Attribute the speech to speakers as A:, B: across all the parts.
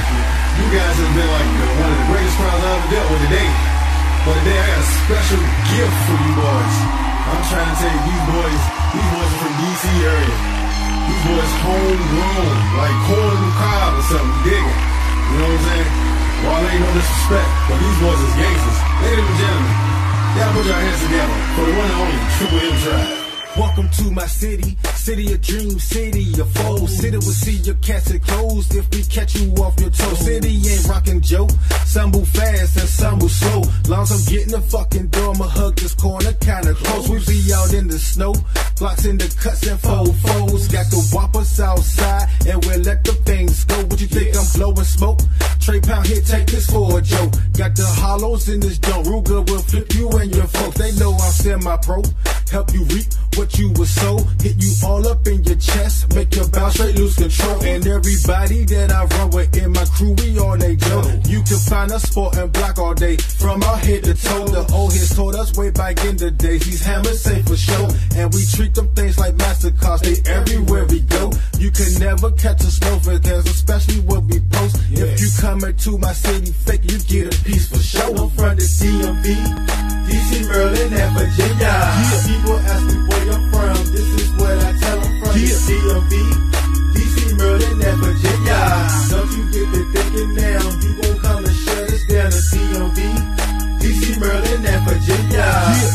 A: you guys have been like the, one of the greatest crowds I ever dealt with today. But today I got a special gift for you boys. I'm trying to tell you, these boys, these boys are from DC area. These boys homegrown, like corn on the cob or something, you dig it? You know what I'm saying? Well, ain't no disrespect, but these boys is gangsters. Ladies and gentlemen, y'all put your hands together for the one and only Triple M Tribe.
B: Welcome to my city, city of dreams, city of foes. City will see your cats and closed if we catch you off your toe. City ain't rockin' joke. Some move fast and some move slow. Long as I'm getting the fucking door, I'ma hug this corner kinda close. We be out in the snow, blocks in the cuts and fold foes. Got the whoppers outside and we'll let the things go. What you think I'm blowing smoke? Trey Pound here, take this for a joke. Got the hollows in this joint. Ruger will flip you and your folks. They know I'm semi-pro. Help you reap what you was sold. Hit you all up in your chest. Make your bow straight lose control. And everybody that I run with in my crew, we all they Joe. You can find us sport and block all day. From our head to toe. The old heads told us way back in the days. These hammers safe for show. And we treat them things like MasterCards. They everywhere we go. You can never catch us no for there's especially what we post. If you coming to my city fake, you get a piece for show. I'm from the DMV. DC, Maryland, and Virginia. People ask me where you're from. This is what I tell them from the DMV. DC, Maryland, and Virginia. Don't you get to thinking now? You gon' come and shut us down the DMV. DC, Maryland, and Virginia.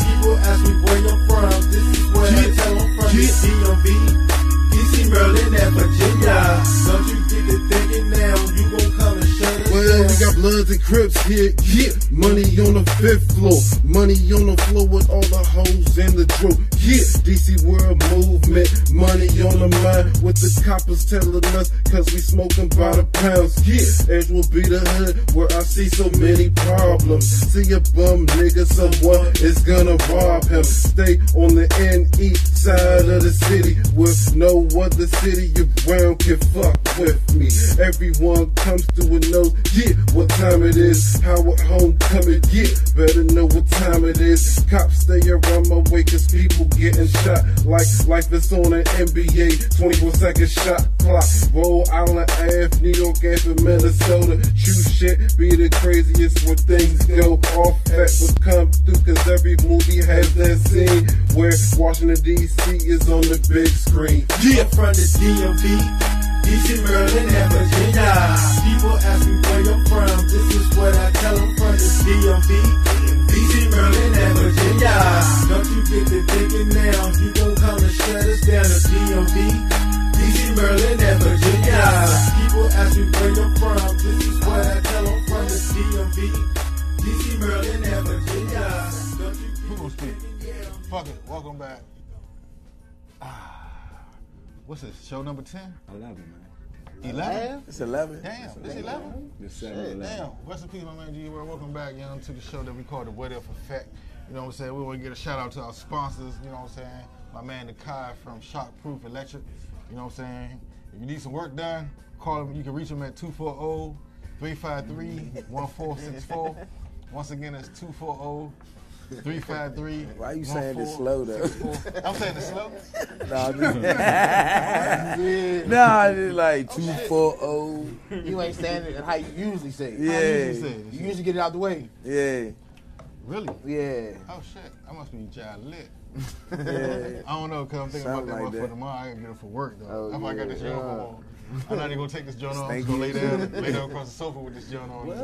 B: People ask me where you're from. This is what I tell them from the DMV. DC, Maryland, and Virginia. Don't you get to thinking now? You gon' come and shut us
A: Well,
B: down.
A: we got Bloods and Crips here. Yeah, money on the fifth floor. Money on the floor with all the hoes and the drill. Yeah, DC World Movement. Money on the mind with the coppers telling us, cause we smoking by the pounds. Yeah, Edge will be the hood where I see so many problems. See a bum nigga, someone is gonna rob him. Stay on the NE side of the city with no other city around can fuck with me. Everyone comes through and knows, yeah, what time it is. How at homecoming, yeah, better know what time it is. Cops stay around my way cause people getting shot. Like life is on an NBA 24 second shot clock. Rhode Island Ave, New York Ave, and Minnesota. True shit be the craziest when things go off. That will come through cause every movie has that scene where Washington D.C. is on the big screen.
B: Yeah, from the DMV, DC, Maryland, and Virginia. People ask me where you're from. This is what I tell them from the DMV, DC, Maryland, and Virginia. Don't you get to thinking now? You gon' come and shut us down the DMV, DC, Maryland, and Virginia. People ask me where you're from. This is what I tell them from the DMV, DC, Maryland, and Virginia. Don't you
C: Who
B: get to
C: gonna speak?
B: thinking now?
C: Fuck it. Welcome back. Ah, what's this? Show number 10?
D: 11, man.
C: 11?
D: It's 11.
C: Damn, it's 11?
D: It's
C: Shit,
D: 7
C: damn. Rest in peace, my man G. Well, welcome back, young, to the show that we call the What If Effect. You know what I'm saying? We want to get a shout out to our sponsors. You know what I'm saying? My man Nakai from Shockproof Electric. You know what I'm saying? If you need some work done, call him. You can reach him at oh, 240 353 1464. Once again, that's oh, 240 353
D: Why you saying this slow, though?
C: I'm saying it slow.
D: Nah, just, nah, it's like 240.
E: You ain't saying it how you usually say it.
C: How you usually
D: Yeah.
C: say it?
E: You usually get it out the way.
D: Yeah.
C: Really?
E: Yeah.
C: Oh shit! I must be child lit.
D: Yeah.
C: I don't know, cause I'm thinking about
D: Something
C: that
D: like
C: one for
D: that.
C: tomorrow. I gotta get it for work though.
E: Oh,
C: I might got
E: yeah.
C: this joint on. I'm not even gonna take this joint off. I'm just gonna lay
D: Stinky.
C: down, lay down across the sofa with this joint on.
E: Well,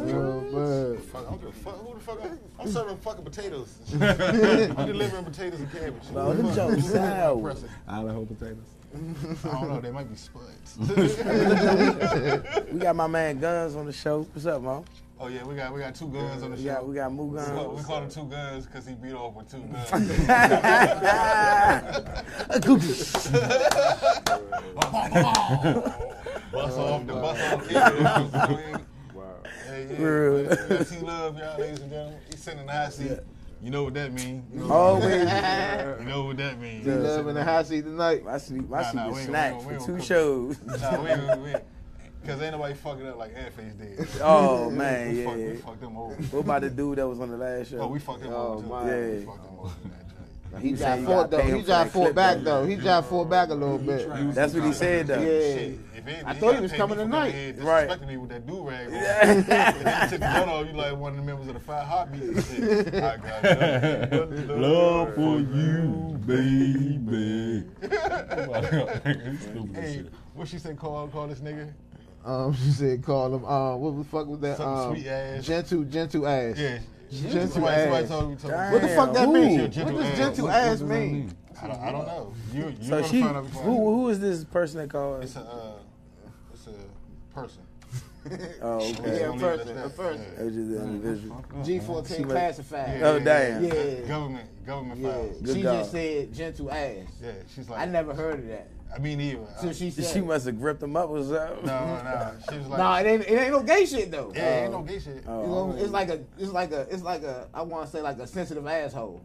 C: Fuck, I don't give a fuck. Who the fuck? I, I'm serving fucking potatoes. I'm delivering potatoes and cabbage.
D: No, them
C: Fuck.
D: joints sour.
C: Press it.
D: Idaho potatoes.
C: I don't know. They might be spuds.
D: We got my man Guns on the show. What's up, Mo?
C: oh yeah, we got we got two guns on the
D: We
C: show.
D: got, we got Moo
C: We call- we
D: Guns.
C: call him two guns because he beat off with two guns. Bust off the bus off. Wow. Hey, yeah.
D: Real.
C: Yes, he love y'all, ladies and gentlemen. He's sitting in the high seat. You know what that means. You know,
D: Always.
C: you know what that means.
E: we live in the high seat tonight.
D: My sleep, my
C: Nah,
D: sleep
C: nah, we
D: is
C: ain't-
D: snacked
C: we ain't- we
D: for
C: ain't
D: two
C: cook.
D: shows.
C: Nah, wait, wait, wait. Cause ain't nobody fucking up like Airface did.
D: Oh
C: we,
D: man, yeah.
C: fuck, we
D: yeah.
C: fucked them over.
D: What about the dude that was on the last show?
C: Oh, we fucked him
E: Oh,
C: over. too.
E: my.
C: We
D: Yeah.
C: fucked him over. in that joint.
E: He
D: You
E: got
D: say you
E: four
D: gotta
E: though.
D: pay him
E: He
D: for
E: got
D: that
E: four
D: clip,
E: back
D: though.
E: though. He got four back a little bit.
D: That's what he said though.
E: Yeah.
C: If anything,
E: I
C: he
E: thought he
C: got
E: was
C: paid
E: coming
C: for
E: tonight.
C: coming here
D: Right.
C: Disrespecting me with that do rag. Yeah. took the gun off. You like one of the members of the Five Hotbeats and shit. I got nothing but
B: Love for you, baby. Stupid as
C: Hey,
B: shit.
C: what she say? Call call this nigga.
E: Um, she said call him. Um, what the fuck was that?
C: Something
E: Um,
C: sweet ass.
E: Gentle, gentle ass.
C: Yeah.
E: Gentle
C: Somebody, somebody
E: ass.
C: told me to
E: What the
D: Damn,
E: fuck that
D: who?
E: mean? What
C: Your gentle
E: does
C: ass.
E: gentle
C: What
E: ass mean?
C: I don't, I don't know. You you
D: So
C: gonna
D: she,
C: find out before I
D: who
C: do.
D: who is this person that called?
C: It's a uh, it's a person.
D: Oh, okay.
E: Yeah,
C: Don't leave
E: person,
C: it at that.
E: a person.
D: It was just an individual.
E: G fourteen
D: what-
E: classified.
D: Oh, damn.
E: Yeah.
C: Yeah. Government government
E: Yeah.
C: files.
D: Good
E: She
D: dog.
E: just said gentle ass.
C: Yeah, she's like.
E: I never heard of that.
C: I mean, even.
E: So
C: I-
E: she said.
D: She must have gripped him up or something.
C: No, no. She was like.
E: nah, Oh. it ain't, it ain't no gay shit though. Uh,
C: yeah, ain't no gay shit.
E: You know, it's like a, it's like a, it's like a, I want to say like a sensitive asshole.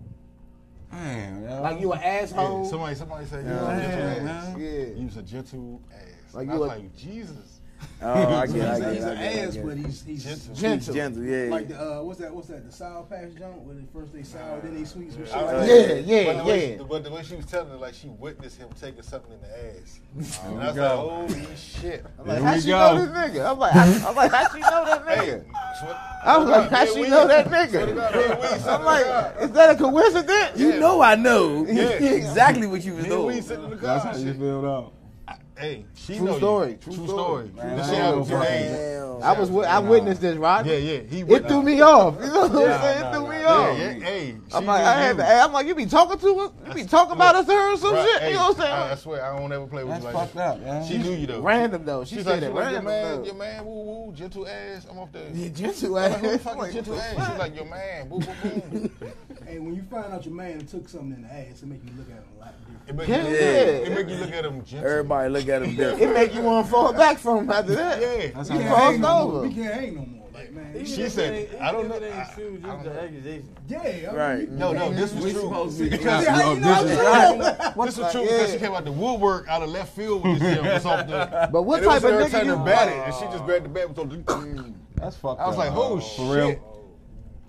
B: Damn, yo.
E: Like you an
C: Yeah,
E: asshole.
C: somebody, somebody said you was a
B: Damn,
C: gentle
B: man.
C: ass.
E: yeah.
C: You was a gentle ass.
E: Like
C: I
E: you
C: was
E: a-
C: like Jesus.
D: Oh, I
B: He's
D: get, I
F: he's,
D: get,
F: he's
D: I
F: an
D: get, I
F: ass,
D: get.
F: but he's he's
C: Gentle.
E: Gentle.
D: Gentle, yeah.
F: like the uh, what's that? What's that? The sour patch junk where they first they sour, then they sweet. Some shit like
C: I-
F: that.
C: but
E: Yeah, yeah,
C: the way
E: yeah.
C: She, but the way she was telling it, like she witnessed him taking something in the ass, and I was
B: go.
C: like, "Holy shit!" I'm
E: Like,
B: Here
E: how
B: we
E: she
B: go.
E: know this nigga? I'm like, I, I'm like, how she know that
C: like,
E: nigga?
C: swear-
E: I was like, how
C: man,
E: she
C: we-
E: know that
C: swear to God,
E: nigga?
C: man, we- swear
E: I'm
C: to
E: like,
C: God.
E: is that a coincidence?
D: You know I know
E: Yeah.
D: exactly what you was
C: me and we
D: doing.
C: sitting in the car.
B: That's how
C: and
B: you
C: shit.
B: filled out.
C: Hey, she
E: True
C: know you.
E: story,
C: True,
E: true
C: story.
B: Man,
C: This
B: I
C: shit
B: ain't
C: happened
B: no
C: today.
D: Damn.
E: I was, with, I witnessed this, right?
C: Yeah, yeah. He
E: It threw me off. You know what I'm
B: Nah,
E: saying? It
B: nah,
E: threw
B: nah,
E: me
B: nah.
E: off.
C: Yeah, yeah, hey,
E: I'm
C: she
E: like,
C: knew
E: I had
C: you.
E: to. I'm like, you be talking to us? You be talking about us to her or some
C: Right,
E: shit?
C: hey, Uh,
E: you know what I'm saying?
C: I, I swear, I don't ever play with
B: That's
C: you like
B: fucked
C: that.
B: up, man.
C: She knew you though.
E: random though. She
C: She's
E: said
C: like,
E: it
C: she like, your
E: random
C: man, your
E: though.
C: man, woo woo, gentle ass. I'm off the.
E: Yeah, gentle
C: I'm like, who the
E: ass.
C: fuck is gentle ass? She's like, your man, woo woo boom.
F: And when you find out your man took something in the ass, it make you look at him a lot different.
C: It make,
E: Yeah,
C: you,
E: yeah.
C: it make you look at him gentle.
D: Everybody look at him
E: It
D: different.
E: make you want to fall back from him after that.
C: Yeah.
B: That's how
E: You
B: you
E: fucked
F: hang no
E: over.
F: more. We can't hang no more. Like man,
C: She said, I don't know. I, I don't know.
F: yeah, I mean,
D: Right.
C: No, no, this was true. Because,
F: Yeah, how you know
B: this
F: I'm
B: is-
F: saying?
C: this was true because she came out the woodwork out of left field with this shit. It was off the-
E: But what
C: and it was
E: type of
C: her
E: nigga
C: turn to
E: you-
C: bat it, and she just grabbed the bat and told
B: That's fucked
C: I was
B: up.
C: like, oh,
B: For
C: shit.
B: real?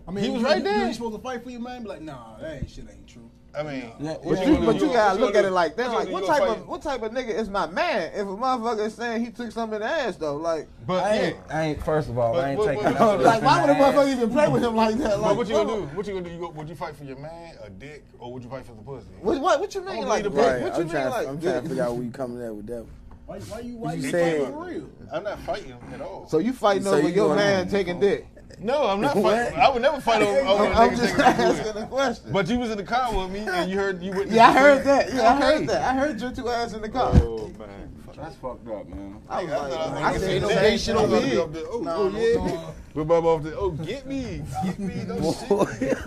F: I mean,
C: He was
F: you-
C: right
F: you-
C: there.
F: You ain't supposed to fight for your man, be like, nah, that ain't shit ain't true.
C: I mean,
B: Yeah,
E: But
B: yeah,
E: you,
B: yeah,
E: but
B: yeah.
E: you gotta look at it like
C: you
E: that. Like,
C: gonna
E: what
C: do?
E: type
C: You gonna
E: of what type of nigga is my man? If a motherfucker is saying he took something in the ass though, like,
C: but
B: I
C: yeah.
B: ain't, I ain't, first of all,
C: But
B: I ain't
C: what-
B: taking
C: what-
B: no
E: like why would a
B: nothing ass.
E: motherfucker even play with him like that?
C: But
E: Like, "Oh."
C: what you gonna do? What you gonna do? You go, would you fight for your man, a dick, or would you fight for the pussy?
E: What, what, what you mean?
C: gonna
E: Like,
C: leave the
E: what,
D: Right.
E: what
D: I'm,
E: you
D: trying,
E: mean?
D: I'm trying to
E: Like,
D: figure out where you coming at with that. one.
F: Why, why you, why
D: You
F: you,
D: said-
F: fighting for real?
C: I'm not fighting at all.
E: so you fighting
D: So
E: over
D: you
E: your
D: gonna-
E: man taking dick?
C: no, I'm not
D: What?
C: fighting. I would never fight over, over a
E: I'm, I'm
C: nigga
E: just
C: taking a dick.
E: asking a question.
C: But you was in the car with me, and you heard you witnessed.
E: yeah, I
C: the
E: heard
C: scene.
E: that. Yeah, I
B: Okay.
E: heard that. I heard your two ass in the car.
B: Oh, man. That's fucked up, man.
E: I was
C: I thought
E: like,
C: I was
E: I
C: like,
E: said no
C: that
E: gay
C: ain't
E: shit
C: no
E: over
C: gay
E: here.
C: up there. Oh, oh, yeah. We're Bob off the. Oh, get me, get me. No shit.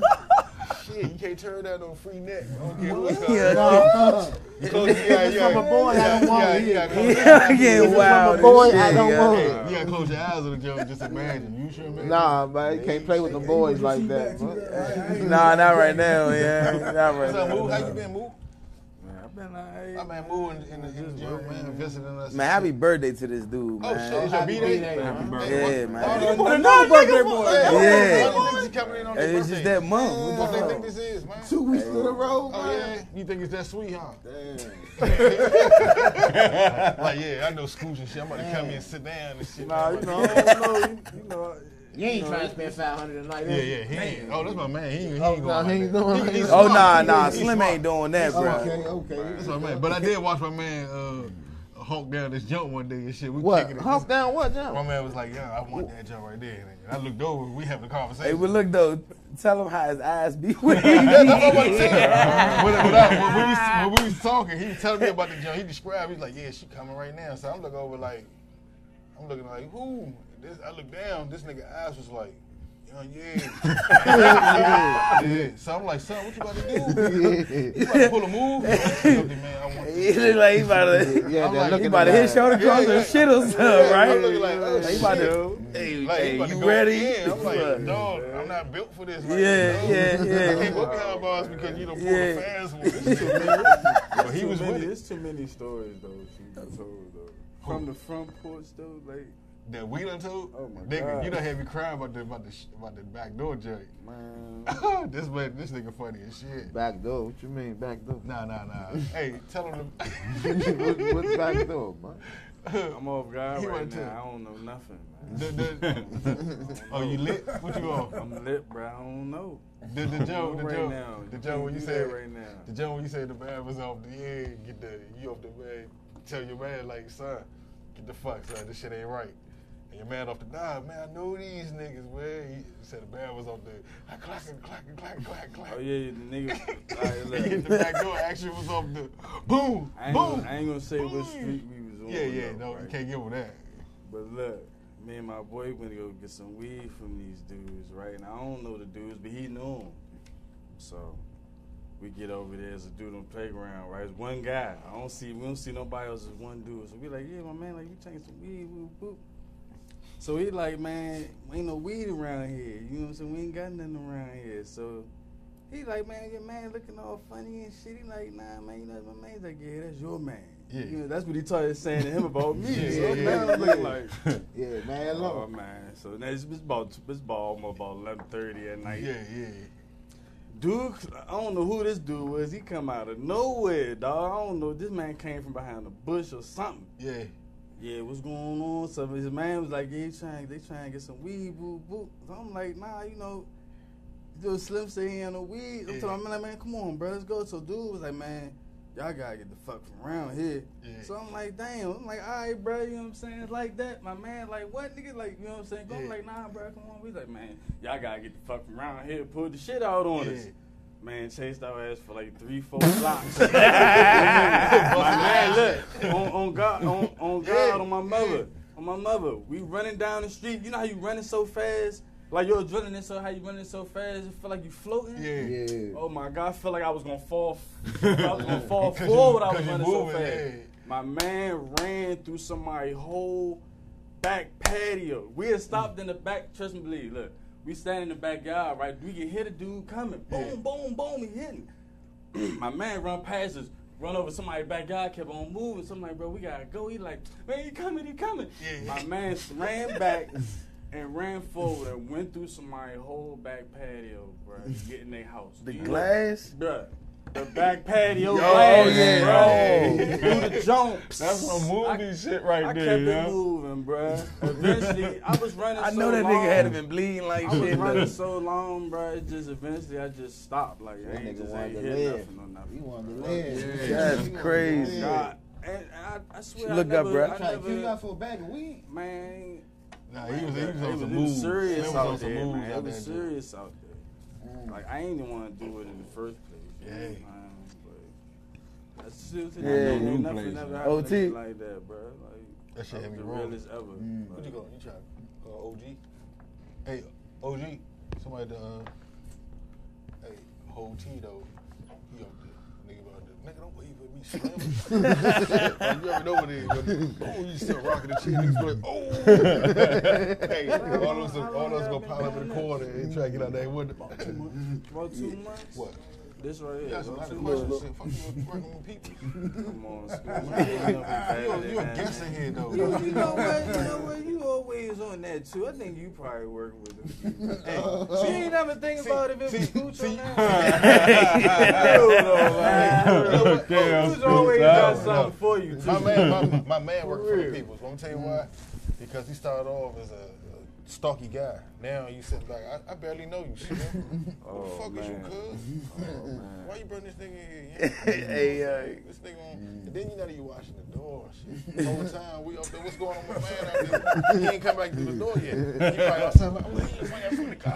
C: Shit, you can't turn that on free neck. Okay, You close- yeah, yeah,
E: from a boy, I
C: yeah,
E: don't want
C: yeah,
E: it.
C: you gotta close-
D: Yeah, yeah, wow.
E: I'm a boy, I don't
D: yeah.
E: want it.
C: Hey, you gotta close your eyes on the joke. Just imagine. You sure, man?
E: Nah, man, you can't play with the boys like that. bro.
F: that.
D: Nah, not right now. Yeah, not right
C: What's up, Moo? How
D: now.
C: you been, Moo? My man Moo in, in the in the gym, man, visiting us.
D: Man, happy birthday to this dude,
C: Oh, shit, it's your
D: man.
C: B-Day?
D: birthday. Yeah, man.
C: Hey, what-
E: Another birthday
C: Hey,
E: boy.
C: what- what
D: Yeah.
C: do you think is coming in on their
D: It's just
C: birthday?
D: that month.
C: What
D: What
C: they
D: the
C: think
D: fuck?
C: this is, man?
E: Two weeks in a row,
C: Oh
E: man.
C: yeah, you think it's that sweet, huh? like yeah, I know schools and shit. I'm about to come in and sit down and shit.
E: Nah, you know, I don't know. You, you know. You ain't trying to spend five hundred a night.
C: yeah, yeah, he ain't. Oh, that's my man. He, ain't- he ain't going.
E: nah,
C: like
E: he ain't
C: that.
E: going like
C: he's
E: that.
D: Oh
C: smart.
D: nah,
C: He-
D: nah.
C: he's
D: Slim
C: smart.
D: ain't doing that, bro.
E: Okay, okay.
C: That's my man. But I did watch my man uh, Hulk down this jump one day and shit. We
E: What?
C: kicking it.
E: Hump down what
C: My
E: now?
C: man was like, "Yeah, I want that jump right there." And I looked over. We having a
D: Hey,
C: conversation.
D: but look though, tell him how his eyes be. when he
C: That's
D: be-
C: what I'm about to tell him. When, when, I, when, we was, when we was talking, he was telling me about the jump. He described. He's like, "Yeah, she coming right now." So I'm looking over like, I'm looking like, "Who?" This, I look down. This nigga eyes was like, "Yeah, yeah." yeah. So I'm like, "Son, what you about to do? You about to pull a move?" He's like, "Man, I want
D: He look like he about to,
E: Yeah,
C: I'm
E: they're
C: like,
E: looking
D: he about to hit shoulder cross
C: Yeah, yeah.
D: or shit or something, right?
C: I'm looking like, oh,
D: Like, he about to, hey,
C: Like,
D: hey,
C: you about to
D: you
C: go
D: ready?
C: in. I'm
D: Fuck.
C: like, dog, I'm not built for this. Like,
D: Yeah,
C: no.
D: yeah, yeah.
C: I can't go behind bars because you don't pull
D: Yeah.
C: the fast one. This shit, man. But he was with it.
G: There's too many stories though to be told though. From the front porch though, like
C: that we done told,
E: Oh, my
C: nigga,
E: God.
C: you done had me crying about the about the sh- about the back door joke.
E: Man,
C: this man, this nigga funny as shit.
E: back door. What you mean back door?
C: Nah, nah, nah. hey, tell him.
E: what, what's back door, man?
C: To,
B: I'm off guard
C: He
B: right
C: went
B: now.
C: to-
B: I don't know nothing, man.
C: the, the, oh, you lit? What you on?
B: I'm lit, bro. I don't know.
C: The, the
B: Go
C: joke, the
B: right
C: joke,
B: now.
C: the joke. When you
B: do
C: say
B: that right now.
C: The gentleman you say the man was off the end, get the you off the man, tell your man like son, get the fuck son, this shit ain't right. And your man off the nah, man, I know these niggas, man. He said the man was off the I clack and clack and clack clack clack.
B: Oh yeah, the nigga. All right,
C: the
B: look.
C: back door action was off the boom,
B: I ain't,
C: boom.
B: gonna, I ain't gonna say
C: boom.
B: what street we was on.
C: Yeah, yeah,
B: though,
C: no, you
B: right?
C: can't give him that.
B: But look, me and my boy went to go get some weed from these dudes, right? And I don't know the dudes, but he knew them. So we get over there as a dude on the playground, right? It's one guy. I don't see, we don't see nobody else. It's one dude. So we like, yeah, my man, like you taking some weed, whoop, whoop. So he like, man, ain't no weed around here. You know what I'm saying? We ain't got nothing around here. So he like, man, your man looking all funny and shit. He like, nah, man, you know my man's like, yeah, that's your man.
C: Yeah.
B: You know, that's what he started saying to him about me.
C: Yeah,
B: so
C: yeah,
B: I'm
C: yeah,
B: now
C: yeah.
B: looking like,
E: Yeah, man,
B: oh
E: look.
B: man. So now it's, it's about it's about almost about eleven thirty at night.
C: Yeah, yeah.
B: Dude, I don't know who this dude was. He come out of nowhere, dog. I don't know. This man came from behind a bush or something.
C: Yeah,
B: Yeah, what's going on? So his man was like, yeah, he trying, they trying to get some weed, boo, boo. So I'm like, nah, you know, little Slim say he ain't no weed. I'm
C: Yeah.
B: telling him, I'm like, man, come on, bro, let's go. So dude was like, man, y'all gotta get the fuck from around here.
C: Yeah.
B: So I'm like, damn. I'm like, all right, bro, you know what I'm saying? It's like that. My man, like, what, nigga? Like, you know what I'm saying? Go, I'm
C: Yeah.
B: like, nah, bro, come on. We like, man, y'all gotta get the fuck from around here. Pull the shit out on us.
C: Yeah.
B: Man chased our ass for like three, four blocks. my man, look on, on God, on, on God, on my mother, on my mother. We running down the street. You know how you running so fast, like your adrenaline. So how you running so fast, it feel like you floating.
C: yeah.
E: Yeah.
B: Oh my God, I felt like I was gonna fall. f- I was gonna fall
C: 'Cause you-
B: forward. I
C: 'cause
B: was
C: you
B: running so
C: moving,
B: fast.
C: yeah.
B: My man ran through somebody's whole back patio. We had stopped in the back. Trust me, believe. Look, we stand in the backyard, right? We can hear the dude coming. Boom,
C: Yeah.
B: boom, boom. He hitting. my man run past us, run over somebody backyard, kept on moving. So I'm like, bro, we gotta go. He like, man, he coming, he coming.
C: Yeah.
B: My man ran back and ran forward and went through somebody's whole back patio, bro, getting their house.
D: The
B: You know-
D: glass?
B: Bruh, The back patio
D: Yo,
B: glass,
D: yeah,
B: bruh. Through the jumps.
G: That's some movie shit right
B: I kept
G: there,
B: it
G: you know?
B: moving, bruh. Eventually, I was running.
D: I
B: so
D: know that
B: long.
D: nigga had been bleeding like
B: I was
D: shit.
B: running
D: though.
B: so long, bro. It just eventually I just stopped. Like I
E: That
B: ain't
E: nigga
B: just ain't
E: wanted to
B: hit
E: live.
B: nothing or
E: He
B: nothing.
E: wanted to live.
D: That's crazy.
B: Oh, God, and, and I, I swear,
D: Look
B: I
D: up,
B: never,
D: bruh.
B: I
E: Trying to kill
B: never,
E: y'all for a bag of weed.
B: man.
C: Nah, he was, he was
B: it
C: on
B: was,
C: some
B: it was
C: moves. Slim
B: serious
C: was
B: out
C: on some
B: there,
C: moves
B: man.
C: out
B: It was
C: there, dude. Mm.
B: serious out there. Like I ain't even want to do it in the first place. you know,
C: Yeah.
B: man, but I still think
D: Yeah.
B: I knew
G: New
B: nothing
G: place,
B: ever
G: man.
B: happened to me
D: OT.
B: like that, bro. Like
C: That shit
B: I
C: had
B: was
C: me
B: the
C: wrong.
B: realest ever.
C: What you
B: Like,
C: going? You try uh, OG? Hey, OG. Somebody to uh, hey, hold T though. He up there. Nigga about there. Nigga, don't wave at me, Slim. like, you ever know what it is? But, oh, you still rocking the chain. Niggas be like, oh. hey, all of us, all of us gonna pile up in the corner and try to get out that window.
B: about two months.
C: What?
B: This right here.
C: You ask a
B: about
C: lot
B: two
C: of
B: months.
C: questions. Shit, Fuck you, working with people.
B: Come on, Scoop.
C: You, you a guest in here though.
B: You, you know what? You know what? You always on that too. I think you probably working with them. she ain't never think about if it was Gooch or not. You know, man.
G: Damn,
B: Gooch always
G: that
B: got
G: was-
B: something for you
C: My
B: too.
C: man, my, my man worked for the
B: real.
C: people. So I'm tell you why. Because he started off as a, a stocky guy. Now you sit back. I, I barely know you. Shit. Who the
B: Oh,
C: fuck is you,
B: man.
C: cuz? Why you bring this nigga in here?
D: hey, uh,
C: This nigga on. And then you know that you watching the door. Shit. The whole time we up there. What's going on with man out there? He ain't come back through the door yet. He probably outside. Like, I'm like, hey, why y'all from the car?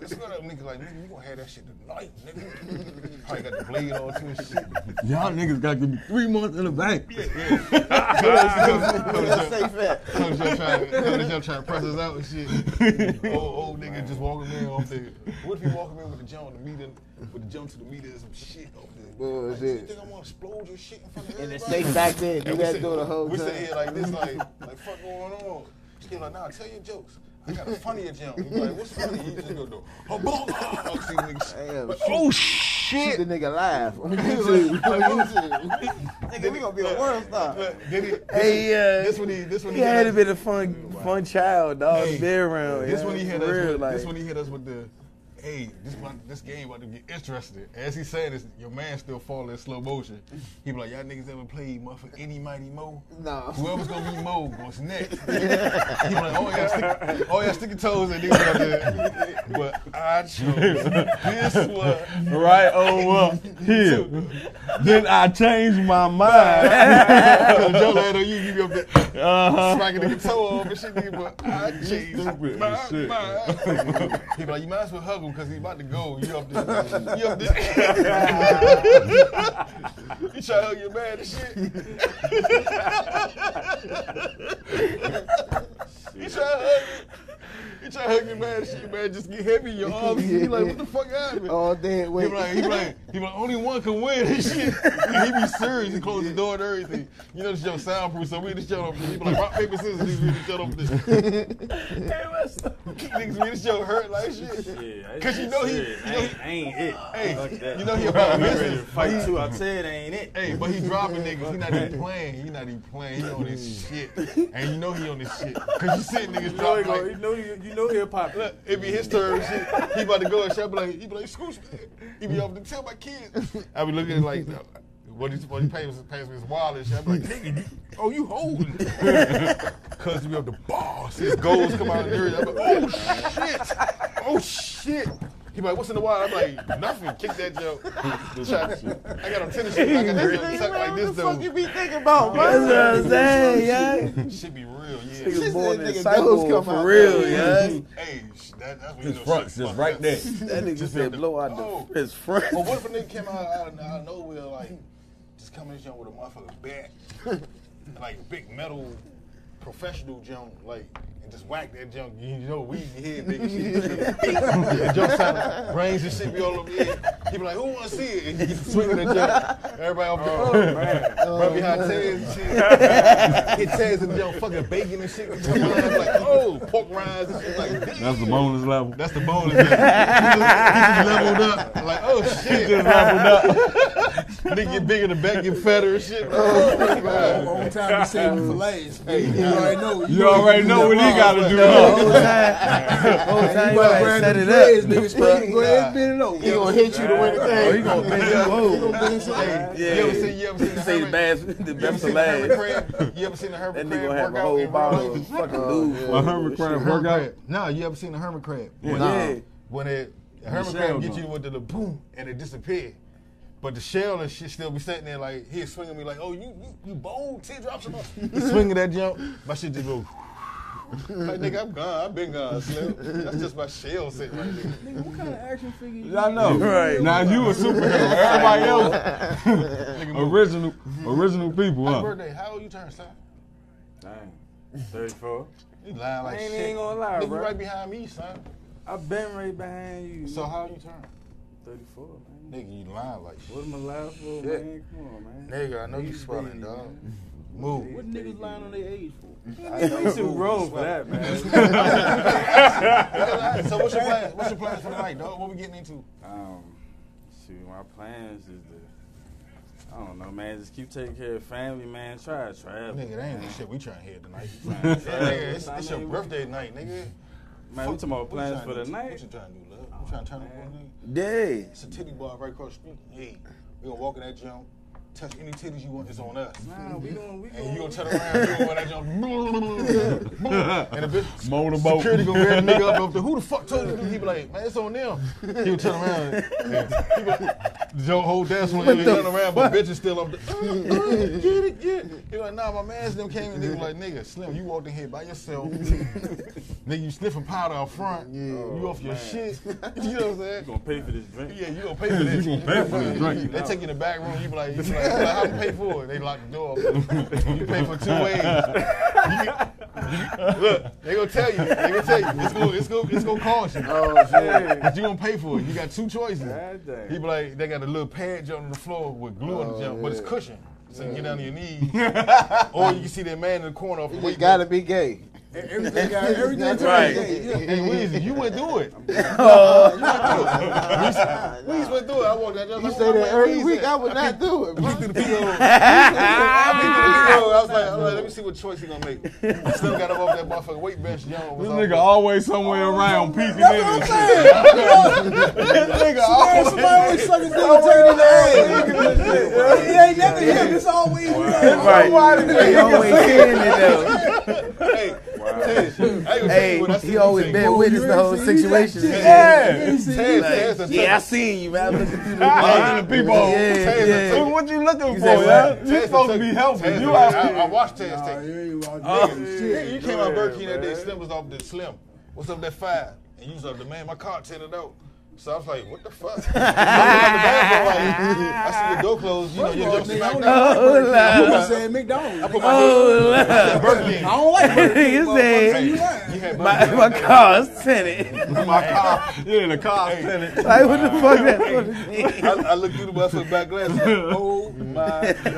C: It's not up, nigga. Like, nigga, you gonna have that shit tonight, nigga. Probably got the blade on too and shit.
G: Y'all niggas got to be three months in the bank.
E: Let's say fat.
C: Coach Jeff trying, Coach Jeff trying to press us out and shit. old, old nigga just walking in off the. What if he walking in with the jump to meeting, with the jump to the meeting and some shit off the. like, you
E: Bullshit.
C: think I want to explode your shit in front of
E: And the
C: everybody?
E: snake back there, do
C: And we
E: that
C: sit-
E: door the whole
C: We sit
E: time.
C: here like this, like, like fuck going on. She like, nah, tell your jokes. I got a funnier jump. You be like, what's funny? You just go do. Oh, boom! Oh, see, nigga, shit.
E: Damn,
C: But,
E: shit.
C: oh, shit.
E: Keep
C: shit.
E: the nigga live on YouTube. on YouTube. nigga, we gonna be a world star.
C: Look, did he,
D: Hey, uh,
C: this one he, this one
D: he
C: he hit
D: had
C: us-
D: been a fun, fun child, dog.
C: Hey,
D: to be around.
C: This
D: yeah,
C: one he hit us.
D: for real,
C: with,
D: like,
C: This one he hit us with the. Hey, this one, this game about to get interested. As he saying this, your man still falling in slow motion. He be like, y'all niggas ever played motherfucker any mighty mo?
E: No.
C: Whoever's gonna be Mo goes next. he be like, oh yeah, stick, oh yeah, stick your toes in. niggas out there. But I chose this one.
B: Right over here. then I changed my mind.
C: Cause Joe had on you, you be up there
B: Uh-huh.
C: smacking the toe off and shit. nigga, But I changed
B: Stupid
C: Ah, my
B: as shit.
C: mind. He be like, you might as well hug him because he about to go. You up there? You up there? you try to hug your man and shit. You try to hug. You try to hug your man and shit, man. Just get heavy in your arms. He like, what the fuck happened?
E: All dead
C: He be
E: weight.
C: like, he be like, he be like, only one can win this shit. And he be serious. He close the door and everything. You know, this show soundproof, so we in the show up. He be like, rock, paper, scissors. These really shut up. This. Niggas really show hurt like shit.
G: Yeah,
C: 'Cause you know he-
G: shit,
C: you know
G: ain't, ain't it. Fuck
C: Hey,
G: that.
C: you know he about
G: I'm ready to
C: business.
G: fight too. I said ain't it.
C: Hey, but he dropping niggas. He not even playing. He not even playing. He on this shit. And you know he on this shit. Cause you see niggas
G: Mm. You know,
C: dropping
G: he gonna- you
C: like,
G: know, you, you know hip hop.
C: look, it be his turn shit. He about to go and shit. I be like, he be like, scooch, man. He be off to tell my kids. I be looking at it like, uh, what he, what he pays, pays me his wallet and shit. I be like, nigga, you, oh, you holding. Cause we have the boss. His goals come out of the area. I'm like, oh shit. Oh shit. He be like, what's in the wild? I'm like, nothing. Kick that joke. I got on tennis shoes. I got this joke. Suck like this
E: What the fuck you
C: though.
E: be thinking about,
D: That's what
E: bro?
D: I'm saying, yeah.
C: Shit be real,
D: He
C: yeah.
D: was
E: This
D: born
E: nigga
D: in
E: nose
D: psycho
E: come
D: for
E: out.
D: real, yeah.
C: Hey, sh- that, that's what you
B: His
C: know.
B: fronts
C: shit
B: just
C: fucked
B: right
C: up.
B: there.
D: That nigga said blow out
C: Oh.
D: the, his front.
C: But what if a nigga came out out of, out of nowhere, like, just coming in here with a motherfucking bat, like a big metal professional jump, like, and just whack that junk. You know, we head big as shit. The jump sound, brains and shit be all over your head. He be like, who wanna see it? And you just swing that jump. Everybody off the oh, man. Right behind Tez and shit. Hit Tez and jump fucking bacon and shit. Come on, like, oh, pork rinds and shit. Like,
B: That's the bonus level.
C: that's the bonus. level. He just leveled up. Like, oh shit. Just leveled up. Nigga get bigger, the back get fatter and shit.
F: On time, we saved you for last.
C: Hey,
F: You already know.
B: You already know what he got to do.
D: Whole time, whole time, you
F: Well,
D: gotta
F: Brandon
D: set it
F: Blaze,
D: up.
F: nigga, spin it. Go ahead, spin it over.
E: He gonna hit you to win the
D: Oh, he
E: thing.
D: gonna bend you over.
C: Hey,
D: Yeah.
C: You ever seen? You ever seen the
D: Say the
C: Hermit-
D: bad, the
C: You ever seen
D: best to
C: the
D: last.
C: Hermit Crab? You ever seen the
D: That
C: Hermit Crab
D: nigga gonna have
C: workout?
D: a whole
C: in
D: bottle
C: Rome?
D: of fucking lube.
B: A hermit crab
C: Hermit
B: workout.
C: crab. No, you ever seen the Hermit Crab? When,
D: Yeah.
C: when it the Hermit
B: shell
C: Crab get
B: gone.
C: you with the little boom and it disappear. But the shell and shit still be sitting there like he's swinging me like, oh you you, you bold teardrops. and all." He swinging that jump, my shit just go. like nigga, I'm gone. I've been gone. Slim. That's just my shell sitting right there.
F: Nigga, what kind of action figure you
B: I know.
D: Right.
B: Now you a superhero. Everybody else,
C: Nigga, move.
B: original, original people,
C: Happy
B: huh?
C: birthday. How old you turn, son?
G: Dang. 34.
C: You lying like
G: I ain't
C: shit.
G: even gonna lie,
C: Nigga,
G: bro.
C: you right behind me, son.
G: I've been right behind you.
C: So how you turn?
G: 34, man.
C: Nigga, you lying like shit.
G: What am I lying for,
C: Shit.
G: man? Come on, man.
C: Nigga, I know you swelling, dog. Move.
F: What niggas lying on their age for?
G: You too grown for that, man.
C: so what's your plan? What's your plans for tonight, dog? What we getting into?
G: Um, shoot, my plans is to, I don't know, man. Just keep taking care of family, man. Try to travel.
C: Nigga, that ain't the shit we trying to hear tonight.
G: Man,
C: Yeah, nigga, it's, it's your birthday night, nigga.
G: Man, we talking
C: What
G: about
C: you
G: plans
C: tryna
G: for the
C: do? What
G: night.
C: you trying to do, love? You trying to turn up on a nigga?
D: Yeah.
C: It's a titty bar right across the street. Hey, we gonna walk in that gym, touch any titties you want. It's on us.
G: Nah, we going we
C: And you
G: going
C: gonna turn around, you gonna wear that jump. and the bitch,
B: Mow the boat.
C: security gonna grab the nigga up. After, Who the fuck told you? to do-" He be like, man, it's on them. He would turn around. And, he be like, Joe hold that's when he turn around, but bitch is still up. The, uh, uh, get it, get it. He like, nah, my man's them came and they was like, nigga, Slim, you walked in here by yourself. nigga, you sniffing powder out front. you off your shit. You know what I'm saying?
G: you gonna pay for this drink.
C: Yeah, you gonna pay for this.
B: You gonna pay for this drink.
C: They take you in the back room. You be like, you be like, you be like, how to pay for it? They lock the door. You pay for two ways. You- look, they gonna tell you. They gonna tell you. It's gonna, it's gonna, it's gonna cost you. But you gonna pay for it. You got two choices.
G: God damn.
C: He be like, they got a little pad jump on the floor with glue on the jump, but it's cushion. So you get down on your knees, or you can see that man in the corner. off the
E: You
C: weight
E: gotta be gay.
C: belt.
G: Everything got everything. got-
B: Right.
G: Yeah.
C: Hey, Weezy, you would do it. Weezy would do it. I want that.
E: You say that every week. I would not do it. bro.
C: I was like, I was like, let me see what choice he gonna make. Still got him off that motherfucking weight bench. Young was
B: This
C: off
B: nigga
C: the-
B: always somewhere around peeking in and shit.
F: Somebody always sucking dick and turning the ass. He ain't never him. It's always
D: He always hitting it
C: Hey, Tez, I ain't gonna
D: though.
C: tell you
D: Hey,
C: what I
D: he
C: seen
D: always
C: you
D: been
C: take.
D: witness the whole situation.
B: Yeah.
C: Tez, Tez, Tez,
D: Yeah, I seen you, man. I'm looking through the
B: Behind the people.
D: Yeah, yeah.
B: Dude, What you looking
D: You
B: for,
D: said what?
B: man?
C: Tez
B: You supposed to
C: took-
B: be helping.
C: Tez
B: You
C: took-
B: out
C: I, I
B: here.
C: watched Tez take. Oh. Nigga, you came out
B: Yeah,
C: Burger King that day,
B: man.
C: Slim was off the Slim. What's up that five? And you was up the man, my car tinted out. So I was like, what the fuck? I, was in the bathroom, like, I see your door closed, you know, your door smacked out.
F: You said
C: I
F: McDonald's.
C: put my
D: oh,
C: hood on Burger King.
F: I don't like
D: He
F: Burger King.
D: said,
C: Hey, you had Burger King.
D: My, my car's tinted.
B: My car. Yeah, the car tenant.
D: Like, what the fuck that supposed to mean?
C: I, I looked through the motherfucking back glass. Oh my god!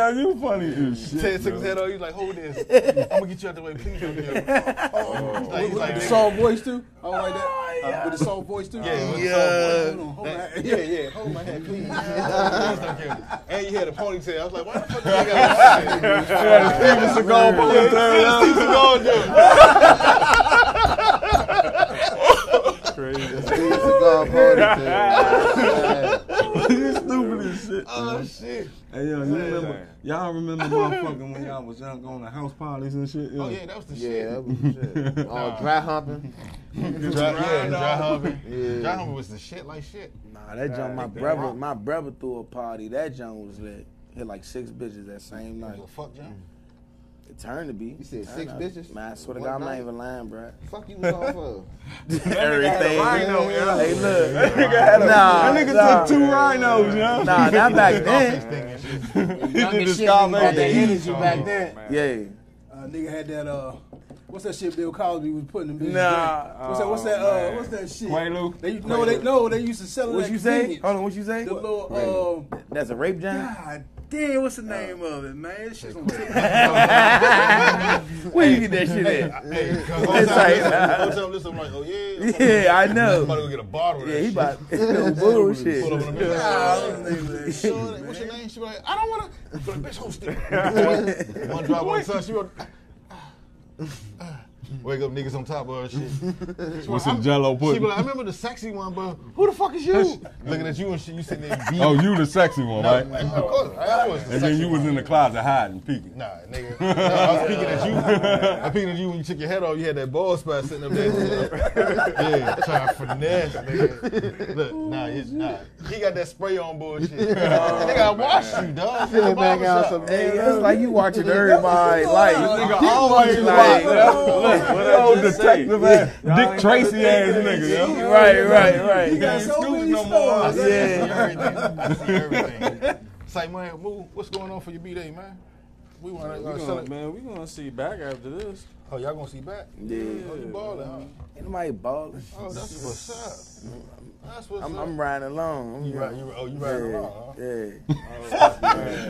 B: Yeah, you funny as shit.
C: Ted took his head off. He's like, "Hold this. I'm gonna get you out the way. Please don't get up." He's like, he's like,
F: With the
C: "Nigga."
F: soft voice too. I don't like that. With the soft voice too.
C: Yeah, with the
F: Oh, yeah. Hold on, hold on.
C: yeah, yeah. Hold my hand, please.
F: Uh,
C: please don't kill me. And you had a ponytail. I was like, "Why the fuck do you got a ponytail?"
B: Steven Seagal ponytail.
C: Steven Seagal do it.
E: Steven Seagal ponytail.
B: You stupid as shit.
C: Oh shit!
B: Hey, yo, you remember, y'all remember motherfucking when y'all was young going to house parties and shit?
C: Oh yeah, that was the
E: Yeah,
C: shit.
E: that was the shit. Oh, dry humping.
C: Dry, yeah, dry humping.
E: Yeah.
C: Dry humping was the shit like shit.
D: Nah, that junk. My brother, my brother threw a party. That junk was lit. Hit like six bitches that same night.
C: Well, fuck John.
D: It turned to be. You
E: said six bitches?
D: Man, I swear to
E: One
D: God, I'm not
E: night?
D: even lying, bruh.
E: Fuck you was on for?
D: Everything.
B: Rhino, yeah.
D: Hey, look.
B: nigga had a,
D: Nah,
B: that nigga
D: nah.
B: took two rhinos, yo.
D: Nah, not back then.
C: Thing and shit.
B: he did the Scarface. Oh,
F: energy back then.
D: Yeah.
F: Uh, nigga had that uh, what's that shit Bill Cosby was putting them bitches
D: Nah.
F: in? What's that? What's that? Uh, what's that shit?
B: Quaalude?
F: They no, they no, they used to sell it.
D: What
F: at
D: you say?
F: convenience.
D: Hold on, what you say?
F: The little um,
D: That's a rape junk?
F: god damn, what's the name of it, man? This shit's on TikTok.
D: Where you get that shit at?
C: Hey, the whole time,
D: It's like-
C: listen, the whole time, listen, I'm like, "Oh yeah." I'm
D: Yeah, I
C: about
D: know.
C: to go get a bottle. Of that
D: Yeah, he
C: shit.
D: about no bullshit.
C: Pull up on the man.
F: Shorty,
C: What's your name? She be like, I don't want to. Like, bitch, host it. one drop, one touch. She wrote, wake up niggas on top of her shit.
B: With some jello
C: She be
B: pudding.
C: like, I remember the sexy one, but who the fuck is you? Looking at you and shit, you sitting there beat.
B: Oh, you the sexy one, right?
C: Like, of course, I was the
B: And then
C: sexy
B: you was
C: one.
B: in the closet hiding, peeking.
C: Nah, nigga. No, I was peeking at you. I peeking at you when you took your head off. You had that bald spot sitting up there. yeah, trying to finesse, nigga. Look, nah, it's not. He got that spray on bullshit. nigga, I washed you, dog.
E: Sit back out some
D: Hey, it's like you watching everybody like
B: Nigga always
D: like-
B: like, old detective ass, Dick Tracy ass nigga, yo.
D: Right, right, right.
B: Ain't Snoop no
D: Oh,
B: more.
C: everything. I see everything. It's like, man, move. What's going on for your B-Day, man? We want to
G: We
C: uh,
G: gonna,
C: celebrate.
G: man, we gonna see back after this.
C: Oh, y'all going to see back?
D: Yeah.
C: Oh, you balling, huh?
D: Ain't Nobody balling.
C: Oh, that's what's up. That's what's
D: I'm,
C: up.
D: I'm riding along. I'm
C: you right, you, right- oh, you
D: yeah,
C: right along, huh?
D: yeah.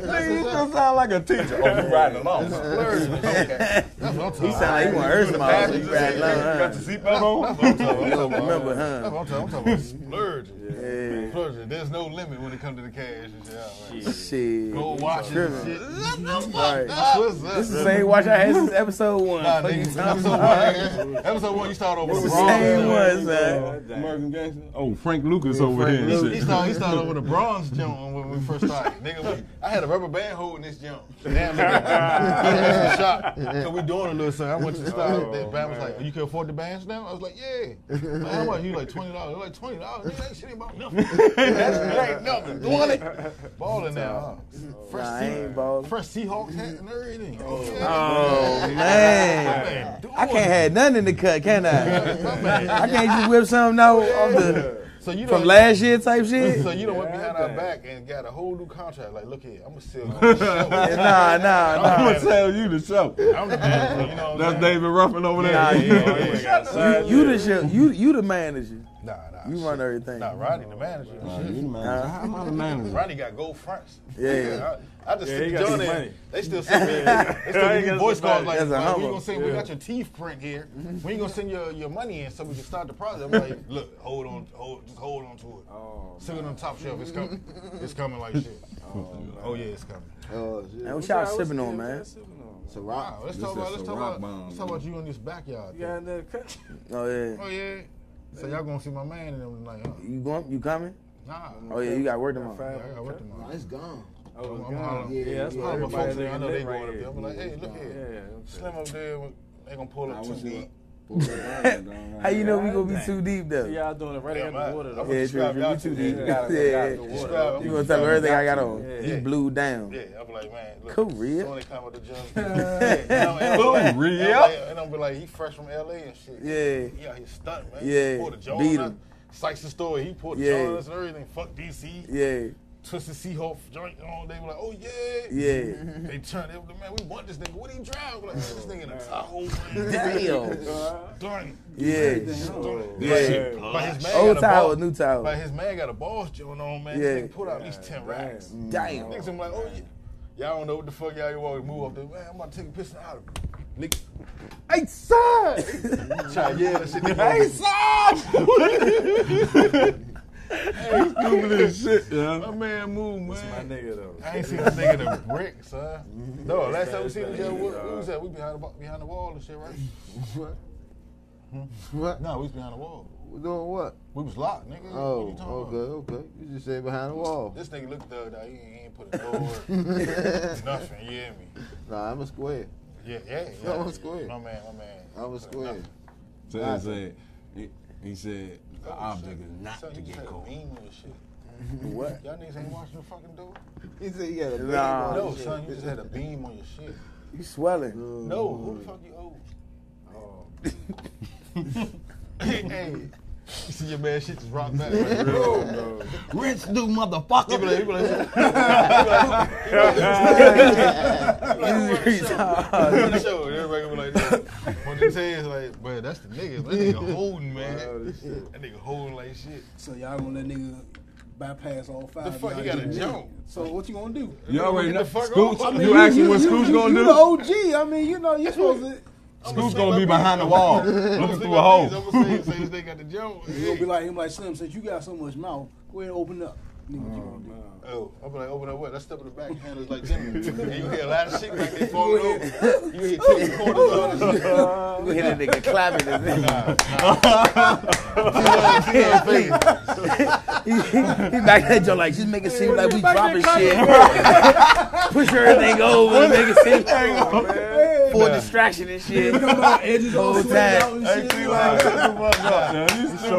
B: Nigga, you still sound like a teacher. Oh, you riding along.
C: Flirting. Okay. That's what I'm talking
D: He sound like he want Earth Miles. You riding along.
B: Got
D: huh?
B: your seatbelt on?
C: I'm talking
D: You
C: about.
D: Remember, huh?
C: That's what I'm talking, I'm talking about splurging.
D: Yeah.
C: Splurging. There's no limit when it comes to the cash. And shit. Yeah, man.
D: Shit.
C: Gold watches and
D: Tripping.
C: shit.
D: Right.
C: That's what's up.
D: This is the same watch I had since episode one.
C: Nah,
D: Fuck you
C: nigga,
D: talking
C: episode,
D: about?
C: one, episode one, you start over.
D: It's
C: with
D: the
C: wrong.
D: same one, son.
B: American Gangster? Oh, Frank Lucas over here. and
C: He, he
B: shit.
C: started, he started with a bronze jump when we first started. nigga, we, I had a rubber band holding this jump. Damn, nigga. I missed the shot. Cause we doing a little something. I went to the store.
G: Oh,
C: the band was
G: man.
C: like, oh, you can afford the bands now? I was like, yeah. Like, how much? You like $20. I was like, $20? Nigga, that shit ain't about nothing. that ain't nothing. Doing it. Balling now. Huh? Fresh,
D: Nah, I
C: sea,
D: ain't balling.
C: fresh Seahawks hat and everything. Oh,
D: Oh man, I can't have nothing in the cut, can I? I can't just whip something out off the
C: So you
D: from
C: done-
D: last year type shit.
C: So you done went behind our back and got a whole new contract. Like, look here, I'm gonna sell you. the show.
D: Nah, nah,
B: I'm gonna tell you the show.
C: I'm the manager, you know what I'm
B: That's
C: saying?
B: David Ruffin over there.
D: nah.
G: Yeah,
D: You,
G: yeah,
D: you the show, you you the manager.
C: Nah, nah.
D: You
C: shit.
D: run everything.
C: Nah, Roddy, the manager.
B: Nah, you the manager. How am I the manager?
C: Roddy got gold fronts.
D: Yeah, yeah.
C: I, I just
G: Yeah,
C: stick
G: he
C: the
G: got
C: joint
G: some
C: in.
G: money.
C: They still send me, they still
G: He
C: give me
G: got
C: voice calls
G: some money.
C: like,
D: That's a
C: like we
D: humble. Mm-hmm.
C: gonna say we got your teeth print here. When you gonna send your, your money in so we can start the process? I'm like, look, hold on, hold, just hold on to it.
G: Oh,
C: Sit it on top shelf. It's coming. It's coming like shit. Oh yeah, it's coming.
E: Oh, shit.
D: Man, what y'all sipping on, man?
E: So
C: Wow,
E: rock.
C: let's
B: This
C: talk
B: is
C: about
B: a
C: let's talk
B: rock
C: about
B: bomb,
C: let's talk
B: man.
C: about you in this backyard.
G: You got
C: thing.
G: another cut?
D: Oh yeah.
C: Oh yeah. So y'all gonna see my man in them tonight? Huh?
D: You going? You coming?
C: Nah.
D: Oh yeah, you got work tomorrow.
C: I got work tomorrow.
E: It's gone.
G: Oh,
C: I'm
G: it's
C: gonna
G: gone.
C: holler.
G: Yeah, that's
E: Yeah,
G: why
C: I'm a
G: everybody
C: folks there. I know they
G: lit
C: going
G: right
C: up there. I'm
G: here.
C: like, hey, look
G: Yeah,
C: here.
G: yeah.
C: Slim up there. They gonna pull
B: I
C: up
B: was
C: two deep.
D: How you know we gonna be
G: Dang.
D: too deep
G: So
D: though? Yeah,
G: y'all doing it right
C: Yeah,
G: at
C: man.
G: the water,
C: I'm
G: though.
C: a-
D: true, true.
C: describe y'all
D: We
C: too
D: too
C: deep.
D: deep.
G: Got it,
D: Yeah,
G: got it.
D: yeah.
C: Describe-
D: you gonna tell her everything I got on?
G: Yeah.
D: You blew down.
C: Yeah, I'll be like, man, look.
D: Korea.
C: Soon they come with the judge. Korea. And I'm be like, he fresh from LA and shit.
D: Yeah.
C: He out here stunt, man.
D: Yeah.
C: He pulled a Jones.
D: Beat
C: out.
D: him.
C: Sykes the story. He pulled the
D: Yeah.
C: Jones and everything. Fuck DC.
D: Yeah,
C: Twisted Seahawk joint on. They were like, oh yeah.
D: yeah.
C: They turned. They were like, man, we want this nigga. What he drive? We're like, man, this nigga in a Tahoe. man.
D: Damn.
C: Stunt.
D: Yeah.
C: Stunt.
D: Yeah.
C: But his man
D: Old
C: got a ball-
D: towel, new
C: But
D: towel.
C: his man got a boss joint on, man.
D: Yeah.
C: This nigga pulled out these 10 racks.
D: Damn.
C: Niggas, I'm like, oh, yeah. Y'all don't know what the fuck y'all want to move up there. Man, I'm about to take a piss out of it.
D: Hey, son.
C: Nigga, try to yell that shit.
D: Hey, son.
B: Stupid as shit, yeah.
C: My man move, man.
G: My nigga, though.
C: I ain't seen a nigga in a brick,
E: Mm-hmm.
C: son. No, last time we seen each other, what what was that? We behind the, bo- behind the wall and shit, right?
E: What?
C: No, we was behind the wall.
E: We're doing what?
C: We was locked, nigga.
E: Oh,
C: what you talking
E: okay,
C: about?
E: okay. You just said behind the wall.
C: This nigga look thugged out. He ain't, he ain't put a door, nothing. You hear me?
E: Nah, I'm a square.
C: Yeah, yeah. yeah.
E: I'm square.
C: My man, my man.
E: I'm a square.
B: So he said, he, he said, the object is not
C: Son,
B: to
C: you
B: get
C: just had a
B: caught.
C: beam and shit.
D: What?
C: Y'all niggas ain't watching the fucking door?
E: He said you got a
D: Nah.
E: big
C: No,
E: one.
C: son, you just had a beam on your shit.
D: You swelling?
C: No, who the fuck you owe? Oh. hey, you see your man shit just rock back. Like, bro, bro.
B: Rich dude, motherfucker.
C: He be like, he be like,
D: You
C: he be on the show, and everybody be like, that. when they say it's like, bro, that's the nigga. That nigga holding, man. That nigga holding like shit.
F: So y'all gonna let nigga bypass all five?
C: The fuck,
F: y'all
C: you got a
F: niggas?
C: jump.
F: So what you gonna do?
B: You already know.
C: Get the fuck
B: Scooch,
C: off. I
B: you asking what Scooch
F: you,
B: gonna
F: you
B: do?
F: the OG. I mean, you know, you're supposed to.
B: Scoot's gonna be behind the wall, looking through a hole.
C: I'm gonna say, say this nigga got the jump.
F: You gonna be like him, like Slim. Since you got so much mouth, go ahead and open up. Nigga, what you gonna do?
C: Oh, I'm like, open up what? That step in the back handle is like Jimmy. and you hear a lot of shit back there falling over. You hear two quarters on the shit.
D: hit a nigga clapping his
C: Face.
D: He, he back at you like, just make it seem like we dropping shit. Push everything over and make it seem for distraction and shit.
F: Edges
D: all
F: all
D: Whole sweated out
F: out and
G: Hey,
F: shit.
G: three lines, shut the fuck up.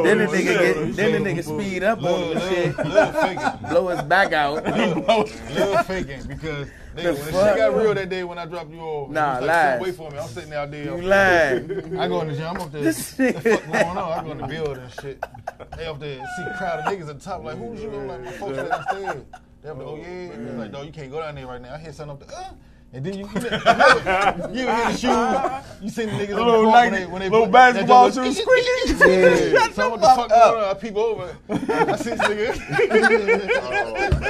D: Then the nigga get, then the nigga speed up on him and shit,
C: Little faking.
D: blow his back out.
C: Little faking because nigga, when the shit
D: fuck?
C: got real that day when I dropped you off.
D: Nah,
C: you was like, "Sit-
D: lies.
C: Wait for me. I'm sitting out there.
D: You lying?
C: I go in the gym. I'm up there.
D: This
C: What the
D: nigga-
C: fuck going on? I go in the building and shit. They up there see a crowd of niggas at the top. Like, who's you? I'm like, my folks right upstairs. They up there, oh yeah. And they're like, no, you can't go down there right now. I hear something up there. Uh. And then you, you, know, you hear the shoes. You see the niggas in the
B: Little
C: court when
B: Nike-
C: they when they
B: little
C: put-
B: basketball
C: they just-
B: shoes.
C: Yeah. So what the fuck going on? I peep over. I see this nigga.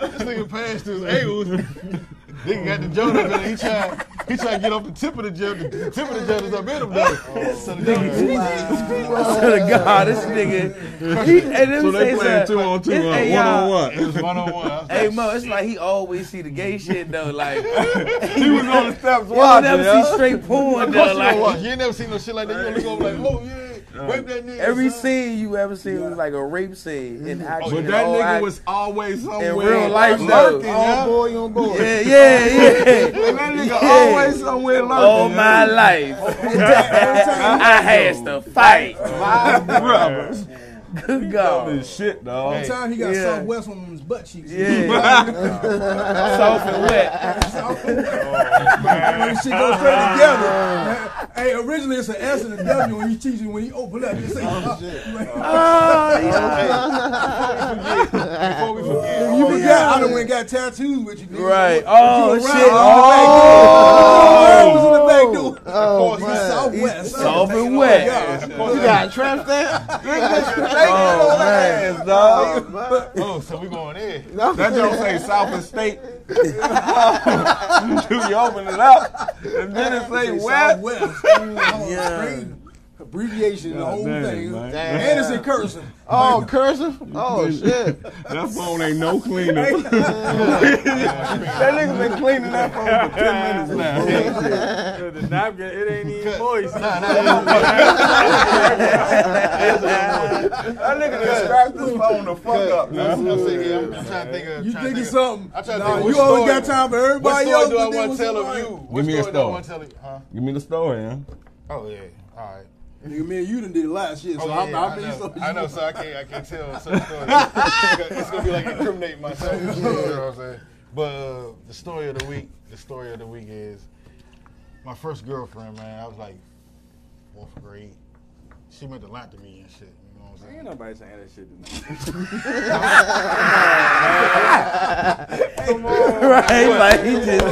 C: this nigga passed his ankles. Nigga got the joint up and he trying he trying to get off the tip of the jump. The tip of the jump is up in him though. So the nigga,
D: Swear to God, this nigga. He, hey, let me
B: So they
D: say
B: playing
D: something.
B: two on two,
D: It's-
B: huh?
D: hey,
B: one
D: y'all.
B: on
C: it
B: one.
C: was one on one. I was
D: Hey
C: like,
D: Mo, it's like he always see the gay shit though. Like
B: He was on the steps
D: you don't
B: watching.
D: never
B: yeah.
D: see straight porn
C: of course
D: though.
C: you don't watch.
D: Like
C: You ain't never seen no shit like that. You gonna look over like, oh yeah, wait that nigga.
D: every
C: son.
D: scene you ever seen was like a rape scene in action.
B: But
D: in
B: that
D: all
B: nigga
D: act-
B: was always somewhere.
D: real life, though.
B: lurking,
E: Oh,
B: yeah.
E: boy on boy.
D: Yeah, yeah, yeah.
B: And that nigga
D: Yeah.
B: always somewhere lurking.
C: Oh,
D: All my life, I has to fight.
B: life, brothers.
D: Good God.
B: This shit, dog.
C: Hey.
F: Time he got
D: Yeah.
F: Southwest on his butt cheeks.
D: Yeah, soft and wet.
F: When Oh, shit goes
D: Oh,
F: straight together. hey, originally it's an S and a W when you teach it. When you open up, you say, oh,
D: Oh, yeah.
C: Before we forget,
F: you forgot I done went and got tattoos with you. Nigga.
D: Right. Oh
F: You
D: shit.
F: were right.
D: Oh,
F: I was in the back door.
E: Oh,
F: Southwest.
D: Soft and
F: Oh,
D: wet.
F: yeah.
C: ass.
E: You got a tramp stamp?
B: Oh, man, dog.
C: Oh, so we going there.
B: That don't say South and State. you open it up, and then it say West.
F: Southwest. yeah. Abbreviation, the whole
B: damn,
F: thing.
B: man.
F: And it's in cursive.
E: Oh, cursive? Oh, shit.
B: That phone ain't no cleaner. that nigga been cleaning that phone for ten minutes now.
G: The napkin, it ain't even moist.
B: That nigga just scratched this phone the fuck up.
C: I'm, I'm, sitting here, I'm, I'm trying to think of.
F: You
C: trying to
F: think it's
C: of-
F: something.
C: I'm trying to
F: Nah,
C: think of
F: you
C: what
F: always
C: story-
F: got time for
C: What
F: everybody
C: story do I
F: else. but then
C: want to
F: what's
C: tell
F: the
C: of
F: point?
C: you?
B: Give
C: What
B: me a
C: do I
B: story.
C: want to tell you? Huh?
B: Give me the story, huh?
C: Oh yeah. All right.
F: Nigga, me and you done did it last year, so
C: Oh,
F: I'm,
C: yeah,
F: I'm
C: I, know.
F: so
C: I know, so I can't, I can't tell some stories. it's, gonna, it's gonna be like incriminating myself. You know what I'm saying? But uh, the story of the week, the story of the week is my first girlfriend, man. I was like fourth grade. She meant a lot to me and shit. You know what I'm
G: Ain't
C: saying?
G: nobody saying that shit to me.
D: Right? Like, he just